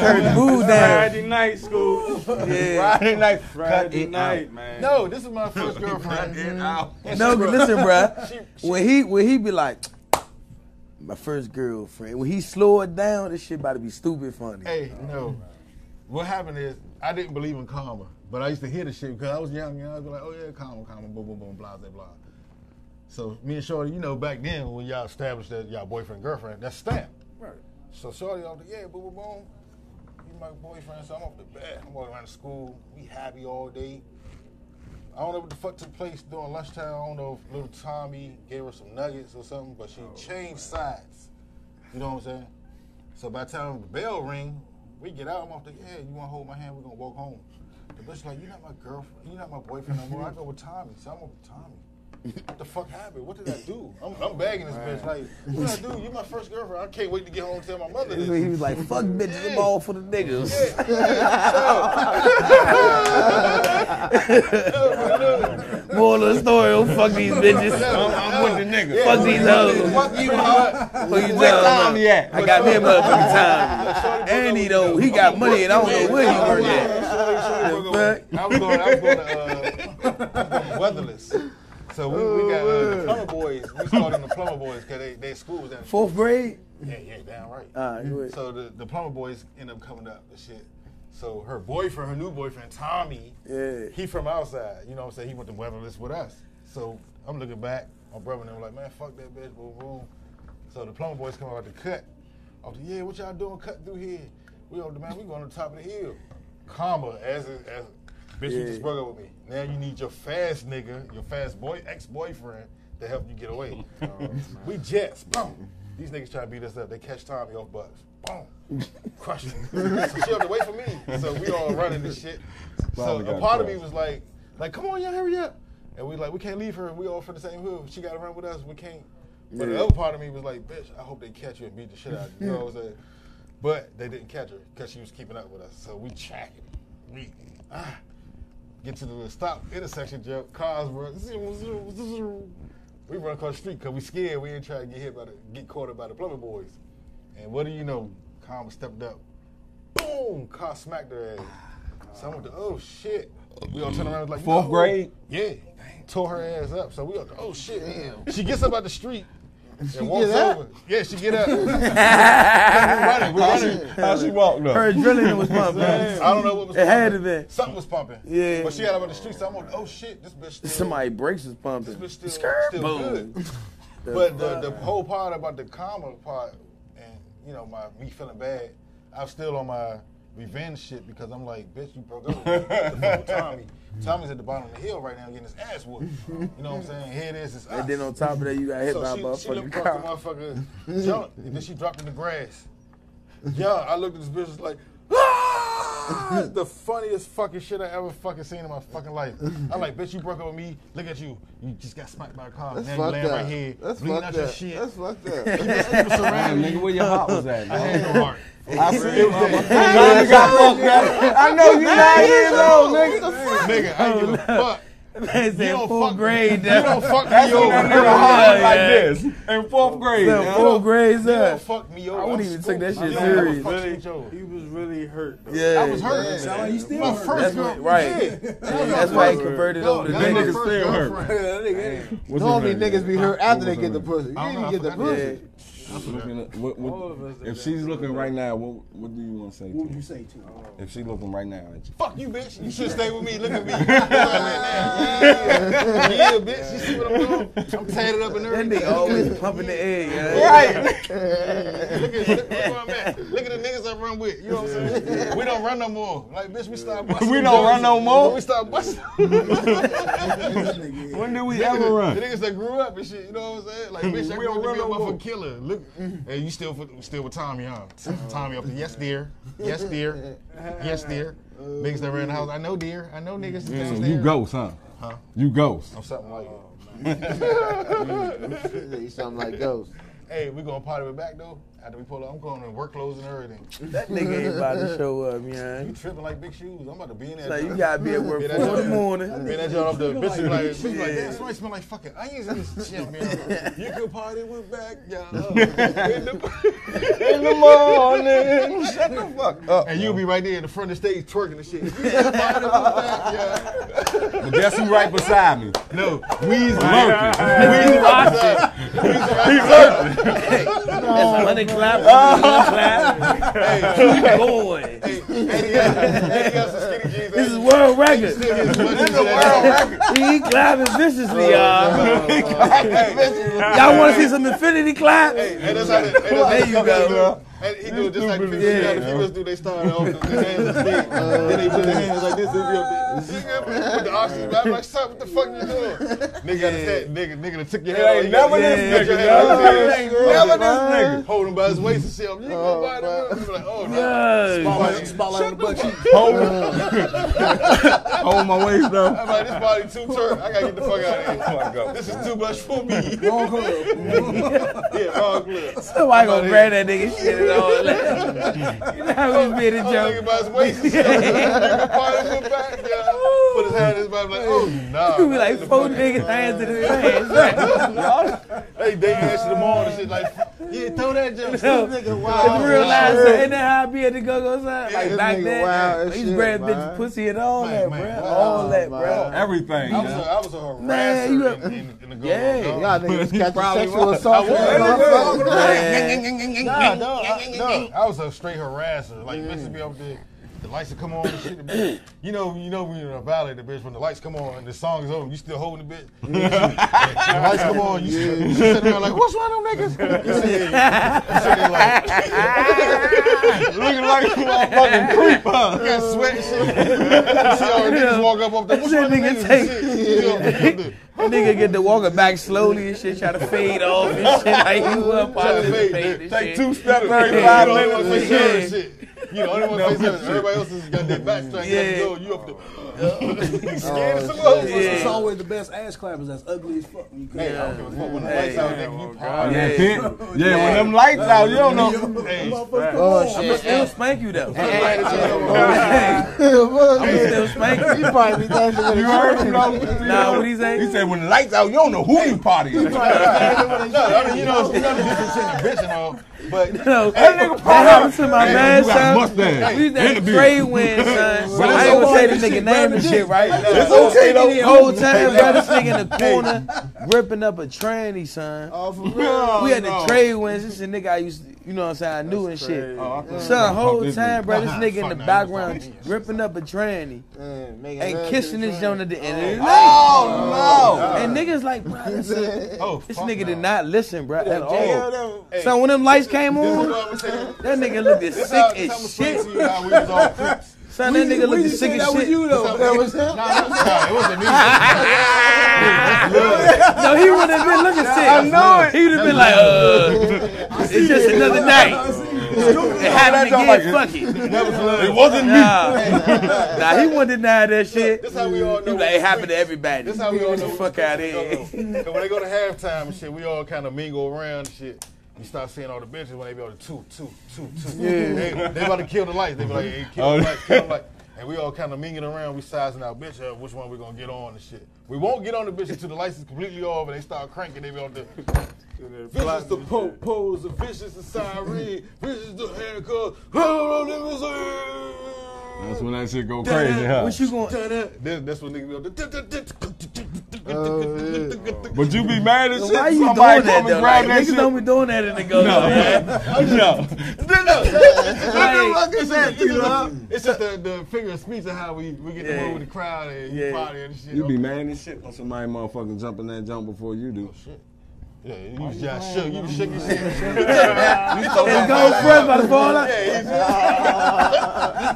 D: turned mood down.
G: Friday night school.
D: Yeah.
B: Friday night.
G: Friday night, man.
C: No, this is my first girlfriend.
D: No, listen, bruh. When he when he be like, my first girlfriend. When he slow it down, this shit about to be stupid funny.
C: Hey, no. What happened is I didn't believe in karma, but I used to hear the shit because I was young and I was like, oh yeah, karma, karma, boom, boom, boom, blah, blah, blah. So me and Shorty, you know, back then when y'all established that y'all boyfriend girlfriend, that's stamped. Right. So Shorty off the yeah, boom, boom, boom. You my boyfriend, so I'm off the bat. I'm walking around the school. We happy all day. I don't know what the fuck took place during lunchtime. I don't know if little Tommy gave her some nuggets or something, but she
B: Oh,
C: changed sides. You know what I'm saying? So by the time the bell ring, we get out. I'm off the, yeah, you want to hold my hand? We're going to walk home. The bitch like, you're not my girlfriend. You're not my boyfriend no more. I go with Tommy. So I'm with Tommy. What the fuck happened? What did I do? I'm, I'm bagging this bitch. Like, what did I do? You're my first girlfriend. I can't wait to get home and tell my mother
D: He
C: this.
D: was like, fuck bitches, I'm all for the niggas. Moral of the story, oh, fuck these bitches.
B: I'm with the nigga.
D: Fuck these hoes.
C: Fuck you, huh?
D: Who you telling?
B: he at?
D: I got me a motherfucking time. And he don't, he got money and I don't know where he work at.
C: I was going, I was going to, uh, I was going to Weatherless. So we, we got uh, the Plumber Boys. We started in the Plumber Boys because they, they school was down in
D: Fourth grade?
C: Yeah, yeah, damn right.
D: Uh, go ahead.
C: so the, the plumber boys end up coming up and shit. So her boyfriend, her new boyfriend, Tommy,
D: Yeah.
C: he from outside. You know what I'm saying? He went to Weatherless with us. So I'm looking back, my brother and them like, man, fuck that bitch, boom, boom. So the plumber boys come out to cut. I was like, yeah, what y'all doing? Cut through here. We on the man, we going to the top of the hill. Comma, as a, as a, bitch, you just broke up with me. Now you need your fast nigga, your fast boy, ex boyfriend, to help you get away.
B: Oh,
C: we jets, boom. These niggas try to beat us up. They catch Tommy off bucks. Boom. Crush him. so she on the way for me. So we all running this shit. So
B: Probably
C: a
B: got
C: part of me
B: crushed.
C: was like, like, come on, y'all, hurry up. And we like, we can't leave her. We all from the same hood. She got to run with us. We can't. But the other part of me was like, bitch, I hope they catch you and beat the shit out of you. You know what I'm saying? But they didn't catch her because she was keeping up with us. So we tracking. We ah, get to the stop intersection, jump. Cars run. We run across the street because we scared. We ain't trying to get hit by the get caught up by the plumber boys. And what do you know? Karma stepped up. Boom! Car smacked her ass. So I went to, oh shit. We all turned around and was like
B: Fourth
C: no.
B: grade?
C: Yeah. Tore her ass up. So we all go, oh shit. She gets up out the street. And walks
E: get up?
C: over. Yeah, she get up. we running, we running.
B: How she walked up?
D: Her adrenaline was pumped. man.
C: I don't know what was
D: It had to
C: pumping.
D: be.
C: Something was pumping.
D: Yeah.
C: But she got up on the street, so I'm like, oh shit, this bitch still,
D: Somebody breaks was pumping.
C: this bitch still,
D: Skirt,
C: still
D: boom.
C: good. But the, the whole part about the karma part and you know my me feeling bad, I'm still on my revenge shit because I'm like, bitch, you broke up with me. What the fuck with Tommy. Tommy's at the bottom of the hill right now getting his ass whooped. You know what I'm saying? Here it is. It's us.
D: And then on top of that, you got hit by
C: so
D: a
C: she, she
D: motherfucking
C: looked across
D: car.
C: the motherfucker, jumped, and then she dropped in the grass. Yeah, I looked at this bitch was like, ah! the funniest fucking shit I ever fucking seen in my fucking life. I'm like, bitch, you broke up with me. Look at you. You just got smacked by a car.
E: That's
C: now you
E: fucked
C: laying right
E: up.
C: here,
E: That's
C: bleeding out
E: fucked
C: your
E: up.
C: shit.
E: That's fucked up.
C: People surrounding
B: Nigga, where your heart was at?
C: I had no heart.
B: I see you. I know you nine years old, nigga.
C: Nigga, I ain't give a fuck.
D: Man said
C: don't
D: full
C: fuck-
D: grade.
C: You don't fuck me
B: That's when that nigga
C: over.
B: hollering like
D: yeah.
B: this in fourth grade.
D: Said Full grades
C: You don't
D: up.
C: fuck me over.
D: I wouldn't
C: I'm
D: even take that
C: schooled.
D: shit
C: I don't
D: serious.
C: fuck with
G: Really?
C: Joe.
G: He was really hurt. Though.
B: Yeah,
C: I was hurt.
F: Sound like you still
C: My
F: hurt.
C: first
D: That's
C: girl.
D: what, right.
C: Yeah.
D: That's why he converted over to
C: That was my
B: nigga
D: niggas.
C: first
B: still hurt.
C: girlfriend.
B: What's
E: Normally
B: his name?
E: niggas be hurt after they get the pussy. You
C: I don't
E: didn't
C: know,
E: get the
C: I forgot
E: pussy.
B: Looking at- what- what-
G: All of us are
B: if
G: that.
B: she's looking right now, what what do you want to say?
F: What
B: to
F: would
B: her?
F: you say to him?
B: If she looking right now at you,
C: Fuck you, bitch. You should stay with me. Look at me. yeah, yeah, bitch. You see what I'm doing? I'm tatted up and
D: That
C: everything.
D: nigga always pumping the egg. huh?
C: Look at, look, look where I'm at. Look at the niggas I run with. You know what I'm saying? We don't run no more. Like, bitch, we start busting.
B: We don't run no more?
C: We start busting.
B: when did we
C: Niggas-
B: ever
C: The
B: run?
C: niggas that grew up and shit, you know what I'm saying? Like, bitch, I
B: We
C: grew
B: don't
C: up to
B: run
C: be a
B: no more. Mm-hmm.
C: motherfucking killer. Look, hey, you still with- still with Tommy, huh? Tommy up there. Yes, dear. Yes, dear. Yes, dear. Niggas that ran the house. I know, dear. I know niggas
B: Yeah,
C: downstairs.
B: you ghost, huh?
C: Huh?
B: You ghost.
C: I'm something like that.
E: You something like ghost.
C: Hey, we gonna party with back though. After we pull up, I'm going to work clothes and everything.
D: That nigga ain't about to show up, man.
C: You tripping like big shoes. I'm about to be in that.
D: Like you
C: joint.
D: gotta be at work
C: Yeah,
D: four
C: that
D: in the
C: joint-
D: morning.
C: Man, that joint off the bitch is like, bitch is like,
D: Yeah.
C: damn, somebody smell like fucking onions in this shit, man. You can party with back, y'all. In the- in the morning. Shut the fuck up. And you'll be right there in the front of the stage twerking and shit. You can party with back, y'all.
B: But guess who right beside me?
C: No, we's
B: Lurking.
D: He's Oh, watching. That's money clap, money clap. Keep going.
C: Hey, Eddie got Eddie got some skinny jeans.
D: This is world record.
C: This is world record.
D: He clapping viciously, y'all. Y'all want to see some infinity clap?
C: And that's how they, and that's
D: There you go.
C: And he do it just like the females, yeah. the females do. They start off with their hands like this. Then they put their hands like this. This is your dick. Nigga, With the oxygen back, like, stop, what the fuck you doing? Nigga got his head, nigga, nigga done took your head
B: Ain't never this
C: your
B: nigga.
C: head like
B: dog.
C: this.
B: Ain't Never this nigga.
C: Hold him by his waist and shit. I'm, You gonna buy the room? Be like, oh, no.
D: Yeah.
C: Like,
F: Spotlight on the butt cheek.
B: Hold my waist though.
C: I'm like, this body too turned. I gotta get the fuck out of here. This is too much for me.
F: Wrong club.
C: yeah, all good.
D: Somebody gonna grab that nigga shit and all that. You know how we made a
C: I was thinking
D: joke.
C: about his waist and shit. Nigga, part of his back, yeah. Put his hand in his body, like, oh, nah.
D: We like four niggas hands in his pants.
C: Hey, they answer them all and shit like, yeah, throw that jump.
D: No.
E: Nigga,
D: Cause you
E: wow.
D: realize that ain't that how I be at the go go sign? Like
C: Yeah,
D: back
E: nigga
D: then,
E: wild as
D: I used to
E: shit,
D: grab
E: man.
D: bitches pussy and all
C: Man,
D: that,
C: man,
D: bruh.
C: wild,
D: All that,
E: man.
D: bruh.
B: Everything.
C: I was, a,
B: dog.
C: I was a harasser
D: Man, you-
C: in, in, in the go
D: Yeah.
E: Y'all niggas got the sexual assault.
C: Nah, Mm. no, I, no, I was a straight harasser. Like, bitches be up there, the lights will come on and shit. The bitch, you know, you know, we in a valley, the bitch, when the lights come on and the song is over, you still holding the bitch. the lights come on, you, still- you sitting there like, what's wrong with them niggas? You sitting there, you sitting there like,
B: Looking like a motherfucking creep, huh?
C: you got sweat and shit. You see all the niggas walk up off the, what's
D: Shit,
C: wrong with them
D: nigga,
C: niggas?
D: take-
C: and shit. You see all the niggas do.
D: That nigga get to walking back slowly and shit, try to fade off and shit. Like he wasn't participating.
B: Take
D: and
B: two
D: shit.
B: steps
C: You
B: every
C: know,
B: five
C: you only
B: minutes.
C: one face
D: Yeah.
C: up and shit. You know, only one face up. Everybody else has got their back straight.
D: Yeah.
C: You, have to go, you up to. You scared as a motherfucker.
F: It's always the best ass clappers. That's ugly as fuck. When you
C: Hey, I don't
F: clap.
C: give a fuck when the lights out, nigga. You pop.
B: Oh, Yeah,
D: Yeah.
B: yeah, when them lights out, you don't know.
C: Hey,
E: Oh,
D: I'ma still spank you though.
C: I'm glad that you know.
D: I'ma
E: shit.
D: still spank you.
E: You probably be dancing with a
B: You heard him though.
D: Nah, what he say?
B: He said when the lights out, you don't know who you partying. with.
C: No, I mean, you know, you know, you can bitch and all, but
D: No,
B: That nigga partying.
D: That happened to my
B: Hey,
D: man,
B: you got a
D: son.
B: mustache.
D: We used to
B: And a
D: have
B: beard.
D: trade win, son.
B: But
D: I
B: it's
D: ain't gonna say
B: okay.
D: the nigga name and shit, right?
B: It's okay
D: Nigga, the
B: though.
D: whole time, bro, this nigga in the corner ripping up a tranny, son.
E: Oh, for real.
D: we had
B: no.
D: the trade wins. This is a nigga I used to, you know what I'm saying, I knew and shit. Son, whole time, bro, this
C: Nah,
D: nigga in
C: fuck
D: the
C: no,
D: background
C: fuck
D: ripping up a tranny
E: Man, making
D: and
E: love
D: kissing
E: to the
D: this
E: train.
D: joint at the end of the night.
B: Oh
D: And niggas like, bro, this,
C: oh,
D: this
C: fuck
D: nigga
C: no.
D: did not listen, bro, at all.
E: Oh.
C: Hey,
D: So when them lights came
C: this is
D: on,
C: what I'm saying.
D: that nigga looked as
C: This how-
D: sick
C: this how I'm
D: as
C: explaining
D: shit.
C: to you how we was all crooks.
D: Son, that nigga looked as sick as shit.
C: So- Nah, nah, nah, it wasn't me.
D: No, he wouldn't have been looking sick. I know it. He would have been like, uh, it's just another night. It happened
B: That's all
D: again.
B: like-
D: fuck it.
C: That was love.
B: no, it wasn't me.
D: Nah, nah, he wouldn't deny that shit.
C: This how we all
D: He
C: know.
D: was like, it happened to everybody.
C: This how we all
D: Get
C: know.
D: the fuck out of here.
C: And when they go to halftime and shit, we all kind of mingle around and shit. You start seeing all the bitches when they be all the two, two, two, two. They, they about to kill the lights. They be like, hey, kill the lights, kill the lights. And we all kind of mingling around. We sizing our bitch up, which one we gonna get on and shit. We won't get on the bitch until the lights is completely off and they start cranking. They be on the vicious the pope pose, the vicious the siren, vicious the handcuff.
B: That's when that shit go crazy, huh?
D: What you going?
C: Then that's when niggas be on the.
B: But you be mad as shit.
D: Why you doing
B: Somebody
D: that
B: come and
D: though?
B: grab
D: Like,
B: that
D: niggas
B: shit.
D: don't be doing that in the ghost,
B: No.
D: man.
B: no.
D: Like,
C: It's just, it's just, it's just the, the figure of speech of how we, we get
D: Yeah.
C: to move with the crowd and
D: Yeah.
C: you party and shit.
B: You be mad as shit when somebody motherfucking jumping that jump before you do.
C: Oh, Yeah, you was just shook. You was shook your shit.
D: His ghost breath about to fall out.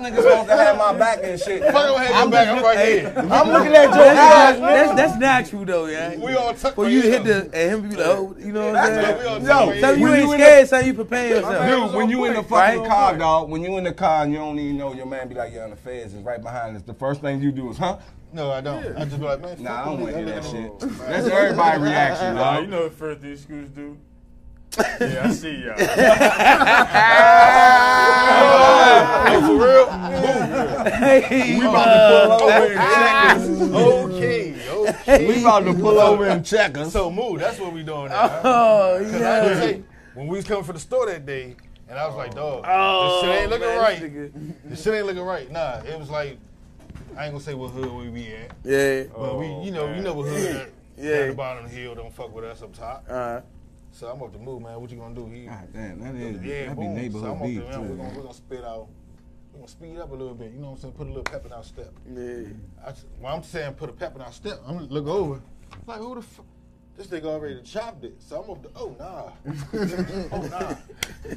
H: Niggas supposed to have my back and shit.
C: Fuck it, I'm head go back. I'm right here.
H: I'm looking at your
D: That's,
H: eyes,
D: that's, that's natural though, yeah.
C: We all tucked
D: For
C: right
D: you to
C: here,
D: hit the and him be like, oh, you know what I'm
C: though.
D: saying?
C: We all tucked
B: Yo,
C: right
D: So
C: here.
D: you
B: When
D: ain't
B: you in
D: scared, so you prepare yourself.
B: Dude, when you in the
D: Right?
B: fucking car, dog, when you in the car and you don't even know your man be like, yeah, the feds is right behind us. The first thing you do is, huh?
C: No, I don't. I just be like, man, fuck
B: Nah, I don't
C: them
B: want to
C: niggas.
B: hear that
C: Look at them.
B: shit. That's everybody's reaction,
G: Nah, you
B: dog.
G: know what first these screws do? Yeah, I see y'all.
D: Hey, oh,
B: We about to pull over and check us.
C: Okay, okay.
B: We about to pull over and check us.
C: So move. That's what we doing now.
D: oh,
C: Cause I
D: yeah.
C: just say, when we was coming from the store that day, and I was like, dog,
D: Oh,
C: this shit ain't looking
D: man,
C: right.
D: this
C: This shit ain't looking right. Nah, it was like, I ain't gonna say what hood we be at,
D: Yeah.
C: but we, you know, you know what hood. at.
D: Yeah.
C: Down the bottom of the hill, don't fuck with us up top.
D: Uh,
C: So I'm up to move, man. What you gonna do? He,
B: God damn, that is,
C: yeah,
B: that be
C: boom. so
B: neighborhood
C: I'm
B: beef,
C: up to, man, we're, gonna, we're
B: too.
C: gonna spit out. We're gonna speed up a little bit. You know what I'm saying? Put a little pep in our step.
D: yeah.
C: I, s- well, I'm saying put a pep in our step. I'm gonna look over. Like, who the fuck? This nigga already done chopped it. So I'm up to, oh, nah. oh, nah.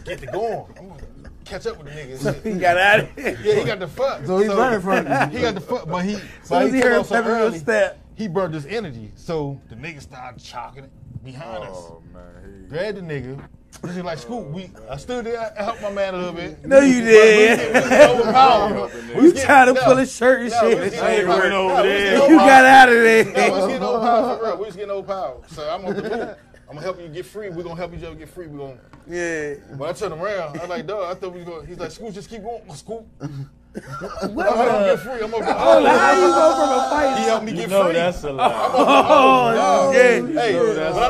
C: Get the going. I'm gonna catch up with the nigga. and
D: He
C: shit.
D: got out of it.
C: Yeah, he got the fuck.
E: So he learned from
C: it. He got the fuck, but he,
D: Soon
C: but
D: as
C: he,
D: he
C: he
D: heard
C: took off so
D: Pepper
C: early,
D: step.
C: he burnt his energy. So the nigga started chalking it behind us.
G: Oh, man. He,
C: Grabbed the nigga. This is like school. We, I stood there, I helped my man a little bit.
D: No, you did. You
C: You
D: tried to pull his shirt and shit.
G: I ain't went over there.
D: You got out
C: No,
D: of
C: we was
D: there.
C: getting old power for real. We was getting old power. So I'm on the move. I'm gonna help you get free. We're gonna help each other get free. We're gonna
D: Yeah.
C: when I turn around, I'm like, dog, I thought we was gonna he's like, Scoop, just keep going. Scoop.
D: What
C: I'm gonna
D: the?
C: get free. I'm gonna
D: Oh, How you go from a fight?
C: He helped me get
G: No,
C: free.
G: that's a lie.
D: Oh, yeah.
C: hey, when I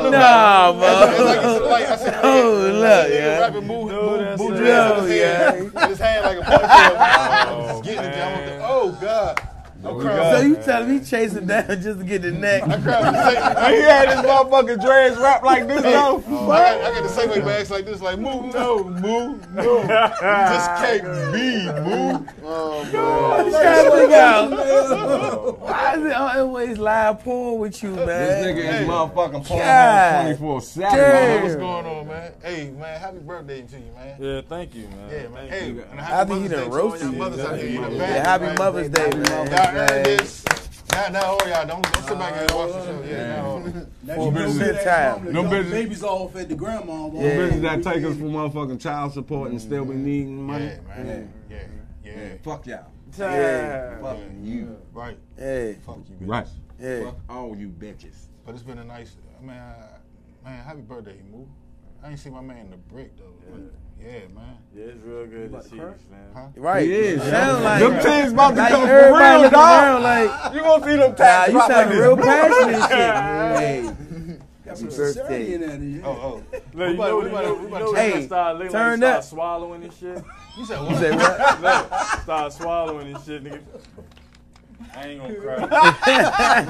C: look back,
D: Nah,
C: as I
D: bro.
C: get to the light, I said,
D: Oh,
C: man,
D: look,
C: this nigga
D: yeah.
C: Rapping move, move,
G: that's
C: move,
G: a-
C: dress in his
D: Oh, Yeah.
C: hand, with his hand like a punch.
G: Oh,
C: Getting it down with the,
G: man.
C: oh god, I'm
D: So
C: crying.
D: you telling me chase him down just to get the neck?
C: I'm crying. I'm saying-
B: He had his motherfucking dreads wrapped like this, though.
C: I got, I got the Segway bags like this, like move, no, move, no. You just can't be Uh, move.
D: Traffic out. Why is it always live porn with you,
B: This
D: man?
B: nigga is motherfucking
D: God.
B: porn 24
D: Damn.
B: 7.
C: What's going on, man? Hey, man, happy birthday to you, man.
G: Yeah, thank you, man.
C: Yeah, man.
G: Thank
C: Hey,
G: you.
C: and
D: I
C: happy
D: think
C: Mother's
D: he
C: Day
D: done
C: to all
D: roasted
C: y'all
D: you.
C: mothers out here in the back,
D: Yeah, happy
C: man.
D: Mother's Day,
C: Y'all earned
D: man.
C: this. Not now, all y'all. Don't don't sit back and watch the show. Yeah, now all.
F: Now you
B: business.
F: know that's
D: Time.
F: normally
B: No
F: y'all
B: business.
F: Babies off at the grandma.
D: Yeah.
B: Bitches that take us for motherfucking child support and still be needing
C: Yeah,
B: money.
C: man. Yeah, yeah.
B: Fuck y'all.
D: Yeah.
B: Fuck you.
C: Right.
D: Yeah.
C: Fuck you, bitch.
B: Right.
D: Yeah.
B: Fuck all you bitches.
C: But it's been a nice, man. I- Man, happy birthday, Moo. I ain't seen my man in the brick though. Yeah, yeah man.
G: Yeah, it's real good to see you, man.
D: Right.
B: He is,
D: Sound like,
B: Them things about to
D: like
B: come for
D: everybody
B: real,
D: looking
B: dog.
D: around like,
B: You gonna see them
D: nah,
B: tags
D: you
B: drop
D: sound
B: like
D: real
B: this.
D: passionate and shit. Hey,
F: Got
D: Happy
F: some
D: birthday.
F: sincerity in that. Yeah.
C: Oh, oh.
G: Look, you
C: about-
G: know,
C: what
G: you
C: about-
G: know,
C: what
G: you
C: about
G: know
C: you?
G: when you
D: Hey,
G: start looking
D: turn
G: like you
D: up.
G: start swallowing and shit.
C: You said what?
D: say what?
G: Look, start swallowing and shit, nigga. I ain't gonna cry. I ain't gonna cry.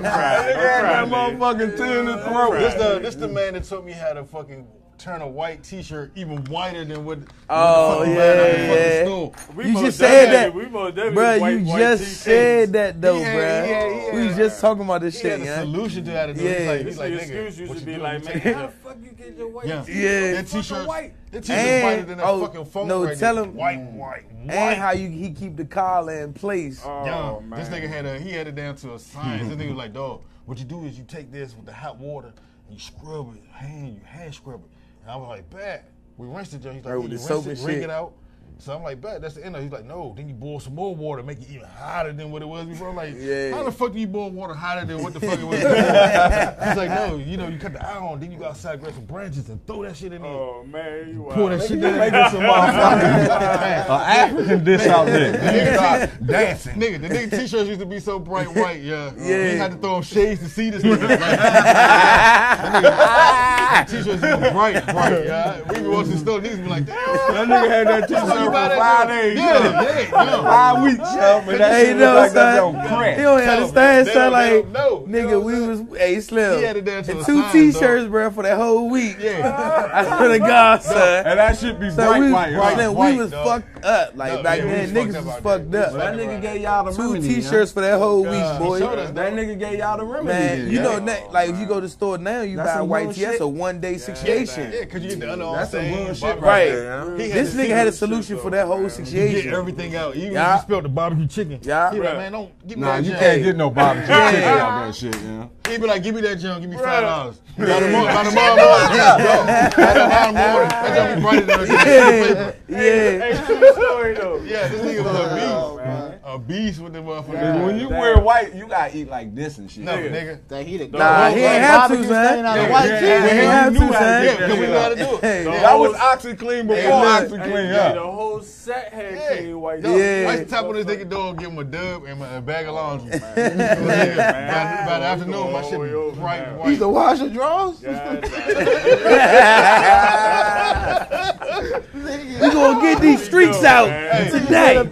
B: That
G: Don't cry, nigga.
B: motherfucking tear in the throat.
C: This the this the man that taught me how to fucking turn a white t-shirt even whiter than what.
D: Oh,
C: what the fuck man out in the
D: yeah,
C: fucking
D: yeah.
C: store.
G: We
D: You
G: most
D: just said
G: definitely-
D: that.
G: We most definitely
D: Bruh,
G: white-
D: you
G: white
D: just
G: TKs.
D: said that though,
C: He had-
D: bruh.
C: he had- he
D: we was
C: had-
D: just talking about this
C: He had
D: shit,
C: a
D: yeah.
C: solution to how to do
D: Yeah.
C: it. He's
G: This
C: like,
G: nigga
C: he's like, nigga,
G: excuse
C: what
G: used
C: you
G: to be
C: doing? What
G: like, man,
C: you
G: how the
C: doing?
G: fuck you get your white
C: Yeah.
D: Yeah.
C: That t-shirt,
G: white.
C: that t-shirt
D: And-
C: whiter than that
D: oh,
C: fucking phone.
D: no,
C: right
D: tell
C: there.
D: him-
C: white, white, white.
D: And how you he keep the collar in place.
C: Yeah,
G: Oh, man.
C: this nigga had a he had it down to a science. this nigga was like, dog, what you do is you take this with the hot water and you scrub it, hand you hand scrub it. And I was like, bad. We rinsed it, Joe. He's like,
D: Right,
C: yeah,
D: with
C: you
D: the
C: rinse
D: soap
C: it,
D: and
C: ring
D: shit.
C: it out, So I'm like, bet that's the end of it. He's like, no, then you boil some more water, make it even hotter than what it was before. I'm like, how the fuck do you boil water hotter than what the fuck it was before? He's like, no, you know, you cut the iron, then you go outside, grab some branches, and throw that shit in there.
G: Oh man, you
C: Pull that
G: wild.
C: shit down.
G: Make it some motherfucking-
B: An African dish out there.
C: Nigga start dancing. Nigga, the nigga t-shirts used to be so bright white, yeah. yeah. You had to throw him shades to see this nigga. Like, that nigga- the t-shirts used to be bright, bright, yeah. We be watching store, niggas be like, damn.
B: That nigga had that t-shirt
C: you
B: for
C: buy that
B: five
C: nigga?
B: days.
C: Yeah, yeah, yeah.
B: Five weeks. yo, man, that
D: Hey,
B: shit
D: no,
B: look like that
D: son.
B: don't crack.
D: He don't understand,
C: They
D: son.
C: don't- they
D: Like,
C: don't know. They
D: nigga,
C: don't
D: we
C: know.
D: was hey Slim.
C: He had it down to
D: and
C: a
D: two
C: sign,
D: T-shirts, bro, for that whole week.
C: Yeah.
D: I swear to God, son.
B: And that shit be
D: So
B: bright
D: we,
B: white.
D: Slim,
B: huh?
D: we
C: white,
D: was
C: dog.
D: fucked up. Like
C: No,
D: back
C: yeah, we
D: then,
C: was
D: niggas
C: fucked
D: was
C: up out
D: fucked
C: there.
D: up.
C: We was
B: That nigga gave y'all the
D: Two
B: remedy. huh?
D: T-shirts for that whole week,
C: God,
D: boy.
C: showed us
B: That nigga gave y'all the remedy.
D: Man,
B: then,
D: you
B: yeah.
D: know, that, like if you go to the store now, you
B: That's
D: buy a
B: some
D: white
B: real
D: tee. That's
B: shit.
D: a one day situation.
C: Yeah, cause you get the underarm
B: That's some
C: stain,
B: real shit
C: bottom-
D: Right.
B: Yeah.
C: He
D: This
C: to
D: nigga
C: see
D: had a
C: this shit,
D: solution
C: though,
D: for that whole
G: man.
C: Get
D: situation.
C: everything out. Even if
D: Yeah.
C: you spilled the barbecue chicken.
D: Yeah.
C: He be like,
G: Bruh.
C: man, don't give me
B: Nah,
C: that
B: you
C: junk.
B: can't get no bottom chicken
D: Yeah.
B: out that shit, yeah.
C: He be like, give me that junk, give me five dollars. By the morning, by the morning, by the morning, that junk be brighter than a
D: Yeah, yeah.
G: Hey, true story though.
C: Yeah, this nigga was a beast. A beast with the
B: Cause when
C: motherfucker.
B: you wear white, you gotta eat like this and shit.
C: No, nigga.
E: That he the
D: Nah, he ain't have to, son.
E: Out
C: Yeah,
E: of white
B: yeah,
E: chick.
B: yeah.
D: He ain't have
B: You knew how
D: to,
B: to
D: son.
B: get
C: Yeah, because we know how to do it.
D: Hey,
B: That was OxyClean before
D: Hey,
G: Hey,
B: OxyClean,
G: yeah,
B: yeah.
G: the whole set had
C: Yeah.
G: clean white.
C: Yo,
D: Yeah.
C: Watch the top of this nigga door, give him a dub and a bag of laundry. man. By,
G: Man.
C: by the afternoon, my shit
G: Over,
C: be bright
G: man.
C: white.
E: He's the wash your drawers.
G: God,
D: We gonna get these streaks out
G: man.
D: tonight.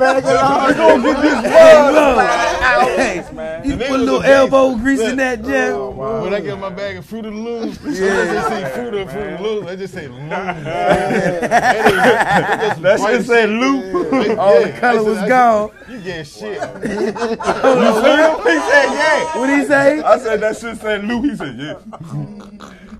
D: Hey,
G: man.
D: You
C: The
D: put a
C: niggas
D: little
C: was gay.
D: elbow grease in that jam.
C: When I get my bag of Fruit of the Loom, I just say Fruit of Fruit of the Loom. I just say Loom.
B: That shit said loop.
D: All the color was gone.
C: You get shit.
B: He said yeah.
D: What he say?
B: I said that shit said loop. He said yeah.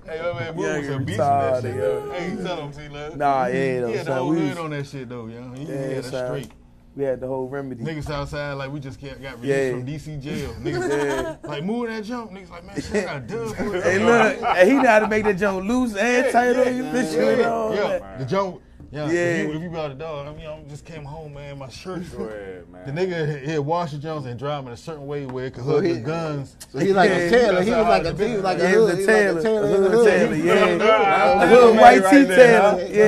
C: Hey, my man, Boo was a beast with
D: tired
C: that shit. yo. Hey, you tell him, T-Love.
D: Nah, yeah,
C: He
D: though,
C: had the
D: son.
C: whole
D: We,
C: hood
D: was-
C: on that shit, though, yo. He
D: Yeah,
C: had it
D: son.
C: straight.
D: we had the whole remedy.
C: Niggas outside, like, we just get, got
D: Yeah.
C: released from DC jail. Niggas, like, moving that jump. Niggas like, man, shit, I got a dub for it.
D: Hey, look, hey, he know how to make that joint loose and tight on you, bitch.
C: Yeah,
D: You know,
C: yeah.
D: like-
C: The joke. Yeah, If,
D: Yeah.
C: you, if you brought a dog, I mean, I just came home, man. My shirt.
G: Go ahead, man.
C: The nigga he had washed the Jones and drive him in a certain way where it could hook his
E: he-
C: guns.
E: So he like
D: Yeah.
E: a tailor. He was like a he was like a
D: Yeah, it
E: hood.
D: was a
E: He was like
D: Taylor.
E: a tailor.
D: It
E: in the
D: was a Taylor,
E: hood.
D: yeah.
B: I
D: A
B: was
D: little
B: thinking
D: white
B: right
D: tee
B: there, huh?
D: Taylor, yeah.
C: Yeah,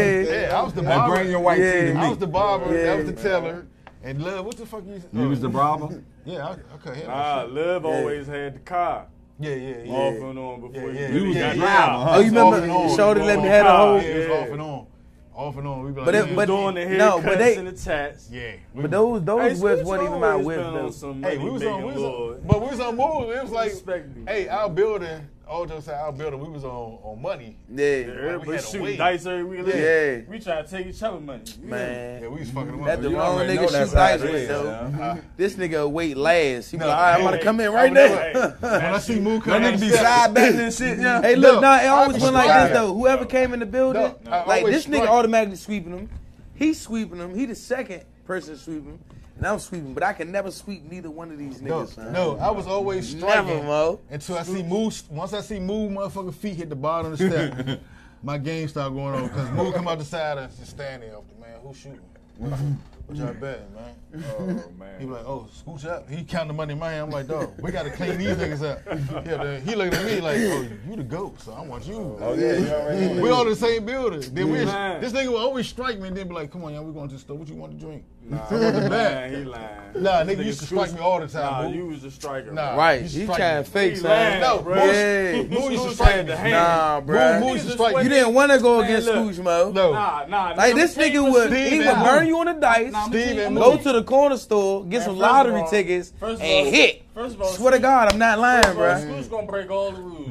C: I was the
B: Hey,
C: barber.
B: bring your white
D: Yeah.
B: tea to
C: I
B: me.
C: was the barber.
D: Yeah.
C: That was the teller. And love, what the fuck you? Oh,
B: You was the barber.
C: yeah, I, I cut him.
G: Nah, Liv Ah, always had the car
C: yeah, yeah, yeah.
G: off and on before
C: Yeah, yeah,
G: you
B: You was
G: really
B: the
G: got
B: driver,
G: out.
D: Oh,
B: huh?
C: Off
D: you
C: and
D: remember?
C: on.
D: Shorty let me
G: Going
D: have the
G: high.
D: whole.
C: Yeah, it
G: Yeah.
C: was off and on, off and on. We be like,
D: But it-
C: yeah,
D: but-
G: Doing the haircuts
D: No, but they-
G: and the tats.
C: yeah. We,
D: But those
G: Hey,
D: those whips
G: Switch
D: wasn't even my
G: always
D: whips
G: been on
D: though.
G: some
C: hey, we was on, we
G: money-making
C: was on,
G: lord.
C: but we was on move. It was like,
G: Respect me.
C: hey, our building, old Joe said our building. We was on on money.
D: Yeah,
C: we
G: Everybody
C: had a
G: shooting
C: wig.
G: dice every week.
D: Yeah.
G: We try to take each other money. You
D: man.
C: Yeah, we was fucking them up.
D: That the
C: Oh, You
D: wrong
C: already
D: nigga
C: know
D: shoot
C: that's
D: dice
C: how it
D: with
C: is.
D: though.
C: Uh,
D: This nigga wait last. He be
C: No,
D: like, all right, I'm
C: hey,
D: gonna come in
G: I'm
D: right now.
G: gonna do it. Hey,
C: When I see Moon come
B: That
C: down
B: nigga
C: the
B: be
C: steps,
B: side batting and shit, yeah.
D: Hey, look,
C: No,
D: nah, it always
C: I
D: went like this
C: strike.
D: though. Whoever came in the building,
C: No, I
D: like
C: always
D: this nigga
C: strike.
D: automatically sweeping him. He's sweeping him. He the second person sweeping, him, and I'm sweeping. But I can never sweep neither one of these
C: No,
D: niggas. son.
C: no, I was always
D: never,
C: striking
D: Mo.
C: until I see move. Once I see move, motherfucking feet hit the bottom of the step, my game start going on because move come out the side and just stand there. Off the man, who shooting? What y'all betting, man?
G: Oh,
C: He
G: man.
C: be like, oh, scooch up. He counting the money in my hand. I'm like, dog, we gotta clean these niggas up. Yeah, then he looking at me like, oh, you the goat, so I want you. Oh yeah, we all in the same building. Then we,
G: Man.
C: this nigga will always strike me and then be like, come on, y'all, we going to the store. What you want to drink?
G: Nah, he lying. He lying.
C: Nah,
G: This
C: nigga used to
G: true-
C: strike me all the time,
G: Nah,
C: boo.
G: you was a striker.
C: Nah,
G: bro.
D: Right,
C: you
D: he
C: strike
D: trying
C: me.
D: to fake,
G: He
D: son.
G: lying,
C: No,
G: bro.
D: Yeah.
C: Moose used to
G: Moose
C: strike
G: had
C: me.
G: the hand.
D: Nah, bruh.
C: Moose used to strike me.
D: You didn't want to go against
G: look.
D: Scooch, Mo.
C: No.
G: Nah, nah.
D: Like this
G: Came
D: nigga
G: with
D: would,
G: Steve
D: he
C: Steve
D: would
C: and
D: burn you on the dice,
G: Nah, I'm
C: Steve
G: saying,
C: and
G: I'm
C: Moose.
D: go to the corner store, get
G: Man,
D: some
G: first of
D: lottery
G: all-
D: tickets,
G: first of
D: and
G: all-
D: hit.
G: first of all,
D: Swear to
G: Steve-
D: God, I'm not lying,
G: Bro,
D: bruh.
G: Scoot's gonna break all the rules.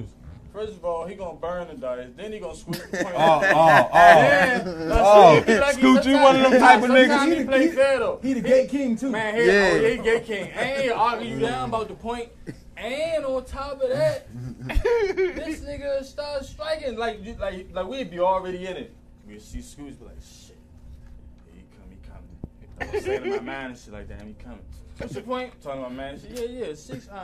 G: First of all, he gonna burn the dice. Then he gonna squeeze the point.
B: Oh, oh, oh.
G: Man,
B: Oh,
G: he like he-
B: Scoot, you one of them
G: sometimes-
B: type of niggas.
G: sometimes
F: He
G: He
F: the-
G: play
F: he-
G: fair though.
F: He the gate king too.
G: Man, here,
D: Yeah.
G: oh, yeah, he gay king. And he argue you down about the point. And on top of that, this nigga start striking like you- like like we'd be already in it. We see Scoots be like, shit. Here he come, he coming. I was saying in my mind and shit like that, he coming. What's your point? Talking about man. She, yeah, yeah, six. All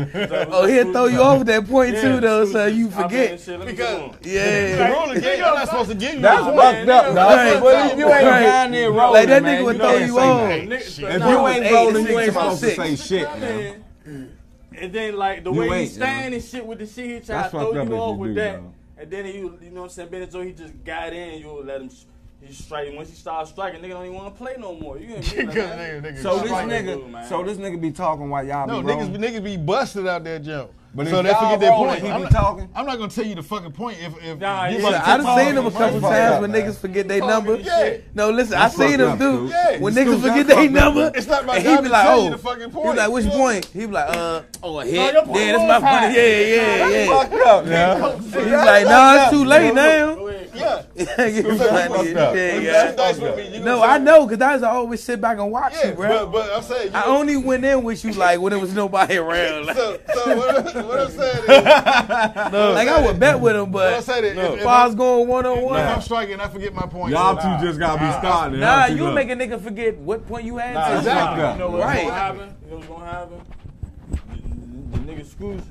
G: right.
D: Oh, he'll throw you off that point too, though, so you forget.
G: Because
D: Yeah.
C: Rule again, y'all not supposed to give you.
H: That's
C: that.
H: fucked up.
D: Right.
H: dog. Well, if you ain't
D: Right.
H: down there rolling,
D: Like that
H: man,
D: nigga would
H: you know
D: throw
H: it
D: you
H: ain't
D: off.
H: safe. If
G: No,
H: you
D: I was
H: ain't
D: eight,
H: rolling, you
D: six,
H: ain't
D: I
H: supposed
D: was
H: to
D: six.
H: say shit, man.
G: man. And then like the
H: You
G: way he
H: ain't,
G: stand and shit with the shit, he tried to
H: That's
G: throw
H: fucked up
G: you
H: if
G: off
H: you
G: with
H: do,
G: that.
H: though.
G: And then you, you know what I'm saying, Benito, he just got in. You let him, s- he strike. Once he started striking, nigga don't even want to play no more. You ain't mean like that.
H: So this
G: Fuck you,
H: nigga,
G: man.
H: so this nigga be talking while y'all
C: No,
H: be
C: niggas, be-
H: rolling.
C: niggas be busted out there, Joe.
H: But
C: so
H: if
C: they
H: y'all
C: forget their
H: rolling,
C: point.
H: he
C: I'm
H: be
C: not,
H: talking.
C: I'm not gonna tell you the fucking point if if
G: Nah,
C: you
G: yeah.
C: must-
G: Like,
D: I done seen him a couple
H: fucked
D: times
H: up,
D: when
H: man.
D: niggas forget their
G: Talking
D: number.
G: and shit.
D: No, listen, I seen
H: fucked
D: him
H: up,
D: do.
H: dude.
C: Yeah,
D: When
C: you
D: niggas
C: still got
D: forget their
H: fucked up,
D: number,
C: It's not my
D: and
C: job
D: he be
C: to
D: like,
C: tell you
D: "Oh,
C: the fucking
D: he
C: point."
D: like, which
C: Yeah.
D: point?" He be like, "Uh, oh, a
G: No,
D: hit.
G: your point
D: yeah, that's
G: was
D: my
G: high.
D: funny. Yeah, yeah, yeah."
H: Fucked up, man.
D: He be like, "Nah, it's too late now."
G: Go ahead.
C: Yeah,
D: He be
C: That's
D: like,
C: fucked up.
D: "Yeah,
C: That's
D: yeah."
C: nice with me, you
D: No,
C: what
D: I
C: I'm
D: know, cause that's I always sit back and watch
C: saying?
D: you,
C: Yeah,
D: bro.
C: but, but I'm saying you
D: I
C: know,
D: only went in with you like when there was nobody around. Like,
C: so, so what, I'm, what I'm saying is, what
D: like, I would bet with him,
C: I'm
D: but
C: saying is, if,
D: if
C: if,
D: I
C: I'm,
D: was going one on
C: if I'm
D: one,
C: striking, I forget my point.
B: Y'all
C: So-
B: two just gotta be starting.
D: nah, you make a nigga forget what point you had.
G: Nah,
D: to.
C: exactly.
G: nah, You know what's
D: Right.
G: gonna happen? You know what's gonna happen? The, the nigga Scrooge,